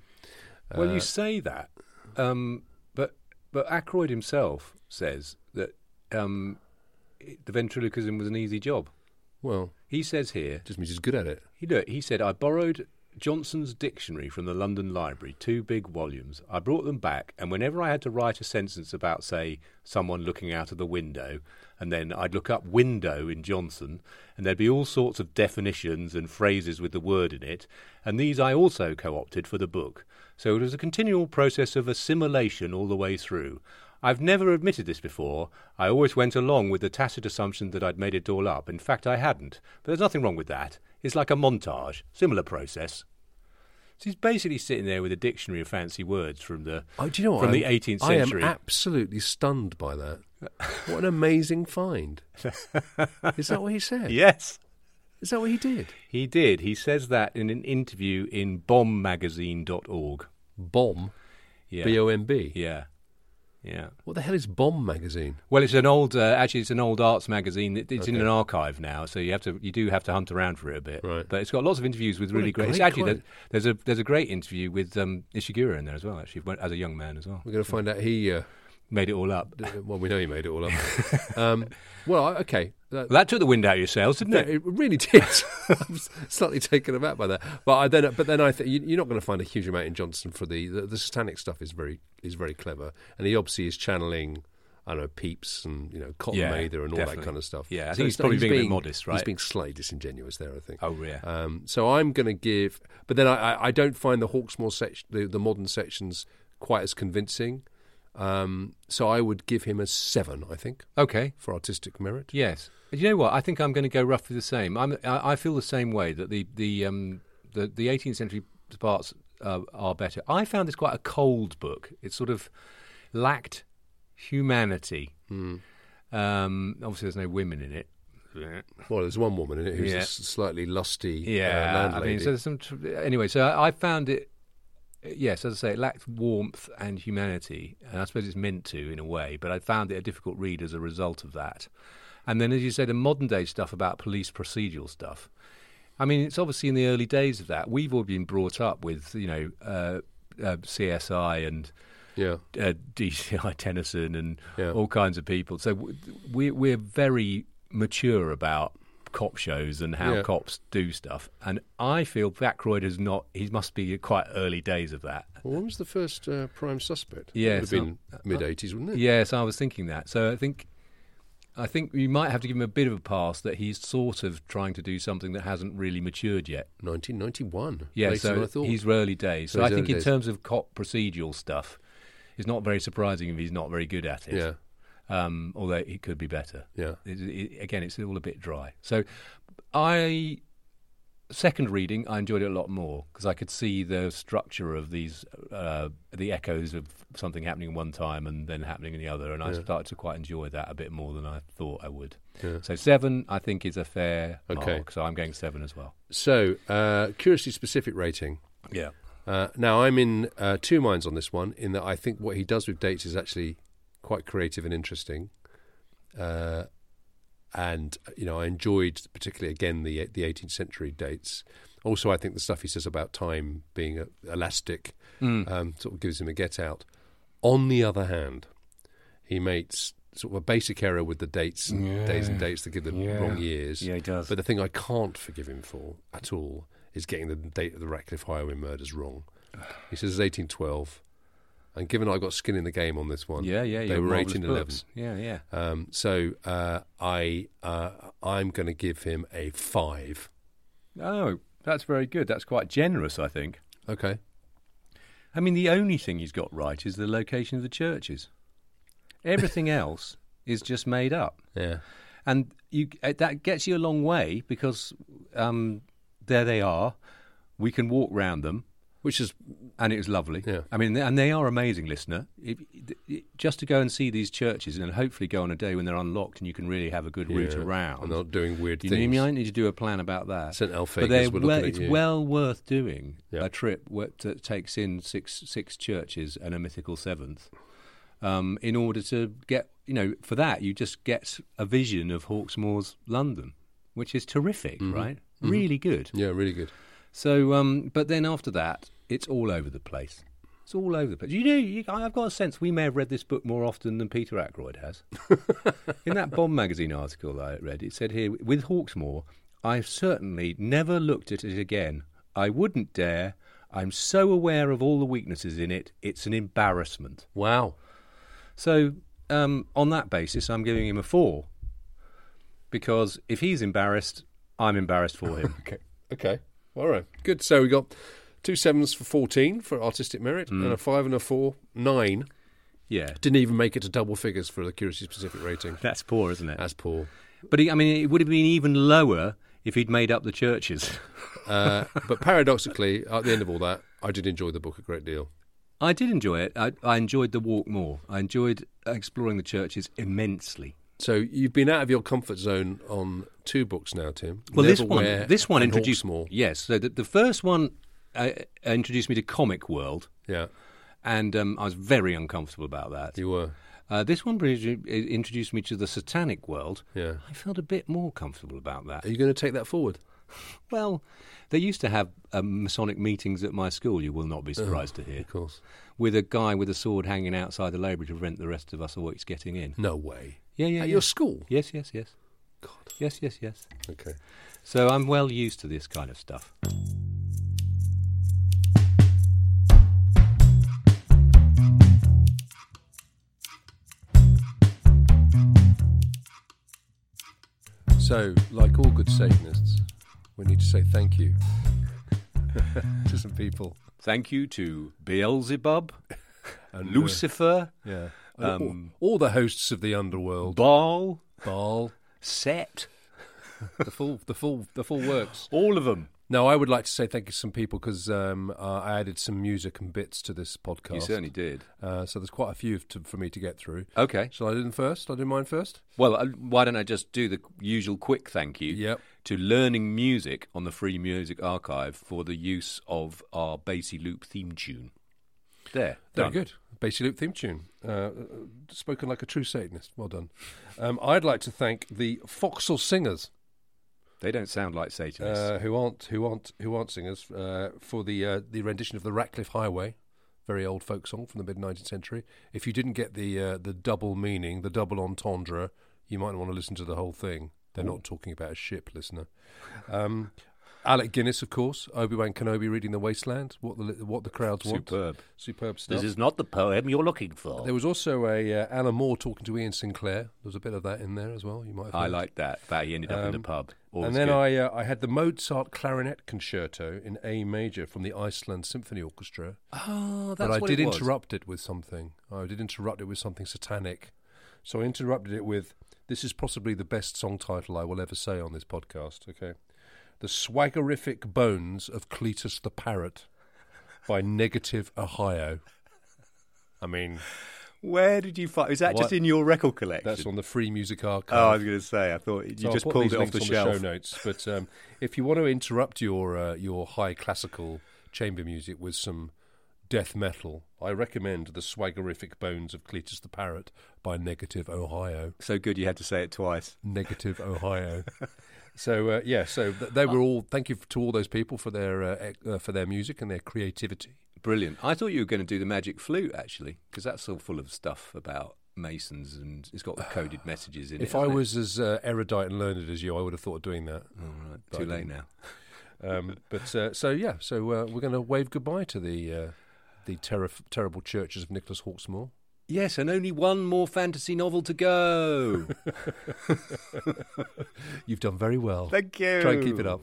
[SPEAKER 12] well, you say that,
[SPEAKER 2] Um, but but Aykroyd himself says that um, it- the ventriloquism was an easy job.
[SPEAKER 1] Well,
[SPEAKER 2] he says here
[SPEAKER 1] just means he's good at it.
[SPEAKER 2] He look, he said I borrowed Johnson's dictionary from the London Library, two big volumes. I brought them back, and whenever I had to write a sentence about, say, someone looking out of the window, and then I'd look up window in Johnson, and there'd be all sorts of definitions and phrases with the word in it, and these I also co opted for the book. So it was a continual process of assimilation all the way through. I've never admitted this before. I always went along with the tacit assumption that I'd made it all up. In fact, I hadn't. But there's nothing wrong with that. It's like a montage, similar process. So he's basically sitting there with a dictionary of fancy words from the
[SPEAKER 1] Oh, do you know what?
[SPEAKER 2] from the
[SPEAKER 1] I'm-
[SPEAKER 2] 18th
[SPEAKER 1] I am
[SPEAKER 2] century.
[SPEAKER 1] absolutely stunned by that. What an amazing find! Is that what he said?
[SPEAKER 2] Yes.
[SPEAKER 1] Is that what he did?
[SPEAKER 2] He did. He says that in an interview in bombmagazine.org.
[SPEAKER 1] Bomb?
[SPEAKER 2] Yeah.
[SPEAKER 1] B-O-M-B?
[SPEAKER 2] Yeah. Yeah.
[SPEAKER 1] What the hell is Bomb magazine?
[SPEAKER 2] Well, it's an old, uh, actually, it's an old arts magazine. It, it's in
[SPEAKER 1] Okay.
[SPEAKER 2] an archive now, so you have to, you do have to hunt around for it a bit.
[SPEAKER 1] Right.
[SPEAKER 2] But it's got lots of interviews with
[SPEAKER 1] What
[SPEAKER 2] really
[SPEAKER 1] a
[SPEAKER 2] great.
[SPEAKER 1] great
[SPEAKER 2] it's actually,
[SPEAKER 1] quote.
[SPEAKER 2] there's a there's a great interview with um, Ishiguro in there as well. Actually, when- as a young man as well.
[SPEAKER 1] We're going to find out he uh,
[SPEAKER 2] made it all up.
[SPEAKER 1] Well, we know he made it all up. um, well, I- okay. That,
[SPEAKER 2] Well, that took the wind out of your sails, didn't
[SPEAKER 1] no,
[SPEAKER 2] it?
[SPEAKER 1] it really did. I'm s- slightly taken aback by that, but I then, but then I think you- you're not going to find a huge amount in Johnson for the, the the satanic stuff is very is very clever, and he obviously is channeling. I don't know Peeps and you know Cotton
[SPEAKER 2] Yeah,
[SPEAKER 1] Mather and all
[SPEAKER 2] definitely.
[SPEAKER 1] that kind of stuff.
[SPEAKER 2] Yeah, I
[SPEAKER 1] So
[SPEAKER 2] think he's
[SPEAKER 1] it's not-
[SPEAKER 2] probably being a bit modest,
[SPEAKER 1] He's
[SPEAKER 2] right?
[SPEAKER 1] being slightly disingenuous there, I think.
[SPEAKER 2] Oh, yeah.
[SPEAKER 1] Um, so I'm going to give, but then I, I, I don't find the Hawksmoor section, the, the modern sections, quite as convincing. Um, so I would give him a seven, I think.
[SPEAKER 2] Okay.
[SPEAKER 1] For artistic merit.
[SPEAKER 2] Yes. But you know what? I think I'm going to go roughly the same. I'm, I, I feel the same way that the the um, the, the 18th century parts uh, are better. I found this quite a cold book. It sort of lacked humanity. Um, obviously, there's no women in it.
[SPEAKER 1] Well, there's one woman in it who's a
[SPEAKER 2] Yeah.
[SPEAKER 1] s- slightly lusty
[SPEAKER 2] Yeah,
[SPEAKER 1] uh, landlady.
[SPEAKER 2] I mean, so there's some tr- anyway. So I, I found it. Yes, as I say, it lacked warmth and humanity, and I suppose it's meant to in a way. But I found it a difficult read as a result of that. And then, as you say, the modern day stuff about police procedural stuff. I mean, it's obviously in the early days of that. We've all been brought up with you know uh, uh, CSI and
[SPEAKER 1] yeah.
[SPEAKER 2] uh, DCI Tennyson and all kinds of people. So w- we, we're very mature about cop shows and how
[SPEAKER 1] Yeah.
[SPEAKER 2] cops do stuff. And I feel Backroyd is not. He must be quite early days of that.
[SPEAKER 1] Well, when was the first uh, prime suspect? it
[SPEAKER 2] Yes,
[SPEAKER 1] would have been
[SPEAKER 2] I-
[SPEAKER 1] mid '80s, wouldn't it?
[SPEAKER 2] Yes, I was thinking that. So I think. I think we might have to give him a bit of a pass that he's sort of trying to do something that hasn't really matured yet.
[SPEAKER 1] 1991.
[SPEAKER 2] Yeah,
[SPEAKER 1] later than I
[SPEAKER 2] so
[SPEAKER 1] thought.
[SPEAKER 2] he's early days. So
[SPEAKER 1] Those
[SPEAKER 2] I think
[SPEAKER 1] early
[SPEAKER 2] in
[SPEAKER 1] days.
[SPEAKER 2] terms of cop procedural stuff, it's not very surprising if he's not very good at it.
[SPEAKER 1] Yeah.
[SPEAKER 2] Um, although it could be better.
[SPEAKER 1] Yeah.
[SPEAKER 2] It, it, again, it's all a bit dry. So I second reading, I enjoyed it a lot more because I could see the structure of these, uh, the echoes of something happening one time and then happening in the other, and I
[SPEAKER 1] Yeah.
[SPEAKER 2] started to quite enjoy that a bit more than I thought I would.
[SPEAKER 1] Yeah.
[SPEAKER 2] So seven, I think, is a fair
[SPEAKER 1] Okay.
[SPEAKER 2] mark. So I'm going seven as well.
[SPEAKER 1] So, uh, curiously specific rating.
[SPEAKER 2] Yeah.
[SPEAKER 1] Uh, now, I'm in uh, two minds on this one, in that I think what he does with dates is actually quite creative and interesting. Uh, and, you know, I enjoyed particularly, again, the the 18th century dates. Also, I think the stuff he says about time being uh, elastic
[SPEAKER 2] Mm.
[SPEAKER 1] um, sort of gives him a get out. On the other hand, he makes sort of a basic error with the dates and
[SPEAKER 2] Yeah.
[SPEAKER 1] days and dates that give the
[SPEAKER 2] Yeah.
[SPEAKER 1] wrong years.
[SPEAKER 2] Yeah, he does.
[SPEAKER 1] But the thing I can't forgive him for at all is getting the date of the Ratcliffe Highway murders wrong. He says it's 1812. And given I got skin in the game on this one,
[SPEAKER 2] Yeah, yeah, you
[SPEAKER 1] they
[SPEAKER 2] got
[SPEAKER 1] were
[SPEAKER 2] marvellous
[SPEAKER 1] 1811.
[SPEAKER 2] books. Yeah, yeah.
[SPEAKER 1] Um, so uh, I, uh, I'm going to give him a five.
[SPEAKER 2] Oh, that's very good. That's quite generous, I think.
[SPEAKER 1] Okay.
[SPEAKER 2] I mean, the only thing he's got right is the location of the churches. Everything else is just made up,
[SPEAKER 1] Yeah.
[SPEAKER 2] and you uh, that gets you a long way because um, there they are. We can walk round them,
[SPEAKER 1] Which is
[SPEAKER 2] and it was lovely.
[SPEAKER 1] Yeah.
[SPEAKER 2] I mean, and they are amazing, listener. If- it- just to go and see these churches, and hopefully go on a day when they're unlocked, and you can really have a good route
[SPEAKER 1] Yeah,
[SPEAKER 2] around.
[SPEAKER 1] and not doing weird
[SPEAKER 2] you
[SPEAKER 1] things.
[SPEAKER 2] Need, might need to do a plan about that.
[SPEAKER 1] St.
[SPEAKER 2] but
[SPEAKER 1] Alphagus,
[SPEAKER 2] they're
[SPEAKER 1] we're
[SPEAKER 2] well,
[SPEAKER 1] looking at
[SPEAKER 2] it's
[SPEAKER 1] you.
[SPEAKER 2] well worth doing
[SPEAKER 1] Yeah.
[SPEAKER 2] a trip where- that takes in six six churches and a mythical seventh, um, in order to get you know for that you just get a vision of Hawksmoor's London, which is terrific, right?
[SPEAKER 1] Mhm.
[SPEAKER 2] Really good.
[SPEAKER 1] Yeah, really good.
[SPEAKER 2] So, um, but then after that, it's all over the place. It's all over the place. You know, you, I- I've got a sense we may have read this book more often than Peter Ackroyd has. In that Bomb magazine article I read, it said here with Hawksmoor, I've certainly never looked at it again. I wouldn't dare. I'm so aware of all the weaknesses in it. It's an embarrassment.
[SPEAKER 1] Wow.
[SPEAKER 2] So um, on that basis, I'm giving him a four because if he's embarrassed, I'm embarrassed for him.
[SPEAKER 1] okay. Okay. All right. Good. So we got two sevens for 14 for artistic merit
[SPEAKER 2] Mm.
[SPEAKER 1] and a five and a four, nine.
[SPEAKER 2] Yeah.
[SPEAKER 1] Didn't even make it to double figures for the Curiosity Specific rating.
[SPEAKER 2] That's poor, isn't it?
[SPEAKER 1] That's poor.
[SPEAKER 2] But he, I mean, it would have been even lower if he'd made up the churches.
[SPEAKER 1] Uh, but paradoxically, at the end of all that, I did enjoy the book a great deal.
[SPEAKER 2] I did enjoy it. I, I enjoyed the walk more. I enjoyed exploring the churches immensely.
[SPEAKER 1] So you've been out of your comfort zone on two books now, Tim.
[SPEAKER 2] Well, this
[SPEAKER 1] Neverwhere
[SPEAKER 2] one, this one
[SPEAKER 1] and
[SPEAKER 2] introduced
[SPEAKER 1] Hawksmoor.
[SPEAKER 2] Yes, so the, the first one uh, introduced me to comic world.
[SPEAKER 1] Yeah,
[SPEAKER 2] and um, I was very uncomfortable about that.
[SPEAKER 1] You were.
[SPEAKER 2] Uh, this one introdu- it introduced me to the satanic world.
[SPEAKER 1] Yeah.
[SPEAKER 2] I felt a bit more comfortable about that.
[SPEAKER 1] Are you going to take that forward?
[SPEAKER 2] Well, they used to have um, Masonic meetings at my school, you will not be surprised to hear. Of
[SPEAKER 1] Oh, course.
[SPEAKER 2] With a guy with a sword hanging outside the library to prevent the rest of us always getting in.
[SPEAKER 1] No way.
[SPEAKER 2] Yeah, yeah.
[SPEAKER 1] At
[SPEAKER 2] yeah.
[SPEAKER 1] your school?
[SPEAKER 2] Yes, yes, yes. God. Yes, yes, yes.
[SPEAKER 1] Okay.
[SPEAKER 2] So I'm well used to this kind of stuff.
[SPEAKER 1] So, like all good Satanists, we need to say thank you to some people.
[SPEAKER 2] Thank you to Beelzebub,
[SPEAKER 1] And, uh,
[SPEAKER 2] Lucifer,
[SPEAKER 1] Yeah.
[SPEAKER 2] um,
[SPEAKER 1] all, all the hosts of the underworld.
[SPEAKER 2] Baal.
[SPEAKER 1] Baal.
[SPEAKER 2] Set.
[SPEAKER 1] the full, the full, the full works.
[SPEAKER 2] All of them.
[SPEAKER 1] No, I would like to say thank you to some people because um, uh, I added some music and bits to this podcast.
[SPEAKER 2] You certainly did.
[SPEAKER 1] Uh, so there's quite a few to, for me to get through.
[SPEAKER 2] Okay.
[SPEAKER 1] Shall I do them first? I do mine first.
[SPEAKER 2] Well, uh, why don't I just do the usual quick thank you to Learning Music on the Free Music Archive for the use of our Basie Loop theme tune. There.
[SPEAKER 1] Very
[SPEAKER 2] done.
[SPEAKER 1] good. Basie Loop theme tune. Uh, uh, spoken like a true Satanist. Well done. Um, I'd like to thank the Foxel Singers.
[SPEAKER 2] They don't sound like Satanists.
[SPEAKER 1] Uh, who aren't who aren't who aren't singers uh, for the uh, the rendition of the Ratcliffe Highway, very old folk song from the mid nineteenth century. If you didn't get the uh, the double meaning, the double entendre, you might want to listen to the whole thing. They're not talking about a ship, listener. Um, Alec Guinness, of course, Obi Wan Kenobi reading The Wasteland. What the li- what the crowds want.
[SPEAKER 2] Superb.
[SPEAKER 1] superb stuff.
[SPEAKER 13] This is not the poem you're looking for.
[SPEAKER 1] There was also a uh, Anna Moore talking to Ian Sinclair. There was a bit of that in there as well. You might. Have
[SPEAKER 2] I
[SPEAKER 1] heard.
[SPEAKER 2] like that, that he ended up in the
[SPEAKER 1] Um,
[SPEAKER 2] pub.
[SPEAKER 1] and then I uh, I had the Mozart clarinet concerto in A major from the Iceland Symphony Orchestra.
[SPEAKER 2] Oh,
[SPEAKER 1] but
[SPEAKER 2] that's
[SPEAKER 1] I
[SPEAKER 2] what
[SPEAKER 1] did
[SPEAKER 2] it was.
[SPEAKER 1] interrupt it with something. I did interrupt it with something satanic. So I interrupted it with this is possibly the best song title I will ever say on this podcast. Okay, the swaggerific bones of Cletus the parrot by Negative Ohio. I mean,
[SPEAKER 2] Where did you find? Is that just
[SPEAKER 1] What?
[SPEAKER 2] in your record collection?
[SPEAKER 1] that's on the Free Music Archive.
[SPEAKER 2] Oh, I was going to say. I thought you
[SPEAKER 1] So I'll
[SPEAKER 2] just
[SPEAKER 1] put
[SPEAKER 2] pulled
[SPEAKER 1] these
[SPEAKER 2] it off the
[SPEAKER 1] links
[SPEAKER 2] shelf.
[SPEAKER 1] on show notes. But um, if you want to interrupt your uh, your high classical chamber music with some death metal, I recommend the Swaggerific Bones of Cletus the Parrot by Negative Ohio.
[SPEAKER 2] So good, you had to say it twice.
[SPEAKER 1] Negative Ohio. so uh, yeah, so th- they were all. Thank you to all those people for their uh, ec- uh, for their music and their creativity.
[SPEAKER 2] Brilliant. I thought you were going to do the magic flute actually, because that's all full of stuff about masons and it's got the coded messages in it.
[SPEAKER 1] If I
[SPEAKER 2] hasn't it?
[SPEAKER 1] was as uh, erudite and learned as you, I would have thought of doing that.
[SPEAKER 2] All right,
[SPEAKER 1] But
[SPEAKER 2] too
[SPEAKER 1] I
[SPEAKER 2] late
[SPEAKER 1] didn't.
[SPEAKER 2] now.
[SPEAKER 1] Um, but uh, so yeah, so uh, we're going to wave goodbye to the uh, the terif terrible churches of Nicholas Hawksmoor.
[SPEAKER 2] Yes, and only one more fantasy novel to go.
[SPEAKER 1] You've done very well.
[SPEAKER 2] Thank you.
[SPEAKER 1] Try and keep it up.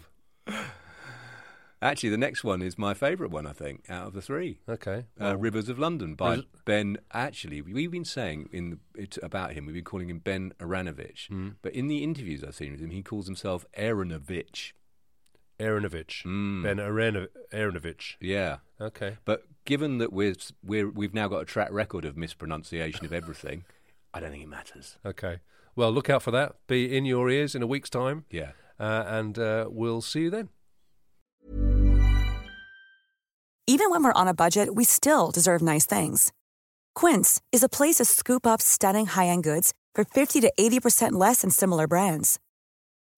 [SPEAKER 2] Actually, the next one is my favourite one, I think, out of the three.
[SPEAKER 1] Okay.
[SPEAKER 2] Uh, Rivers of London by
[SPEAKER 1] Ris-
[SPEAKER 2] Ben. Actually, we- we've been saying in the, it, about him, we've been calling him Ben Aranovich.
[SPEAKER 1] Mm.
[SPEAKER 2] But in the interviews I've seen with him, he calls himself Aranovich.
[SPEAKER 1] Aronovich.
[SPEAKER 2] Mm.
[SPEAKER 1] Ben Arano- Aronovich.
[SPEAKER 2] Yeah.
[SPEAKER 1] Okay.
[SPEAKER 2] But given that we're, we're we've now got a track record of mispronunciation of everything, I don't think it matters.
[SPEAKER 1] Okay. Well, look out for that. Be in your ears in a week's time.
[SPEAKER 2] Yeah.
[SPEAKER 1] Uh, and uh, we'll see you then.
[SPEAKER 14] Even when we're on a budget, we still deserve nice things. Quince is a place to scoop up stunning high-end goods for 50 to 80% less than similar brands.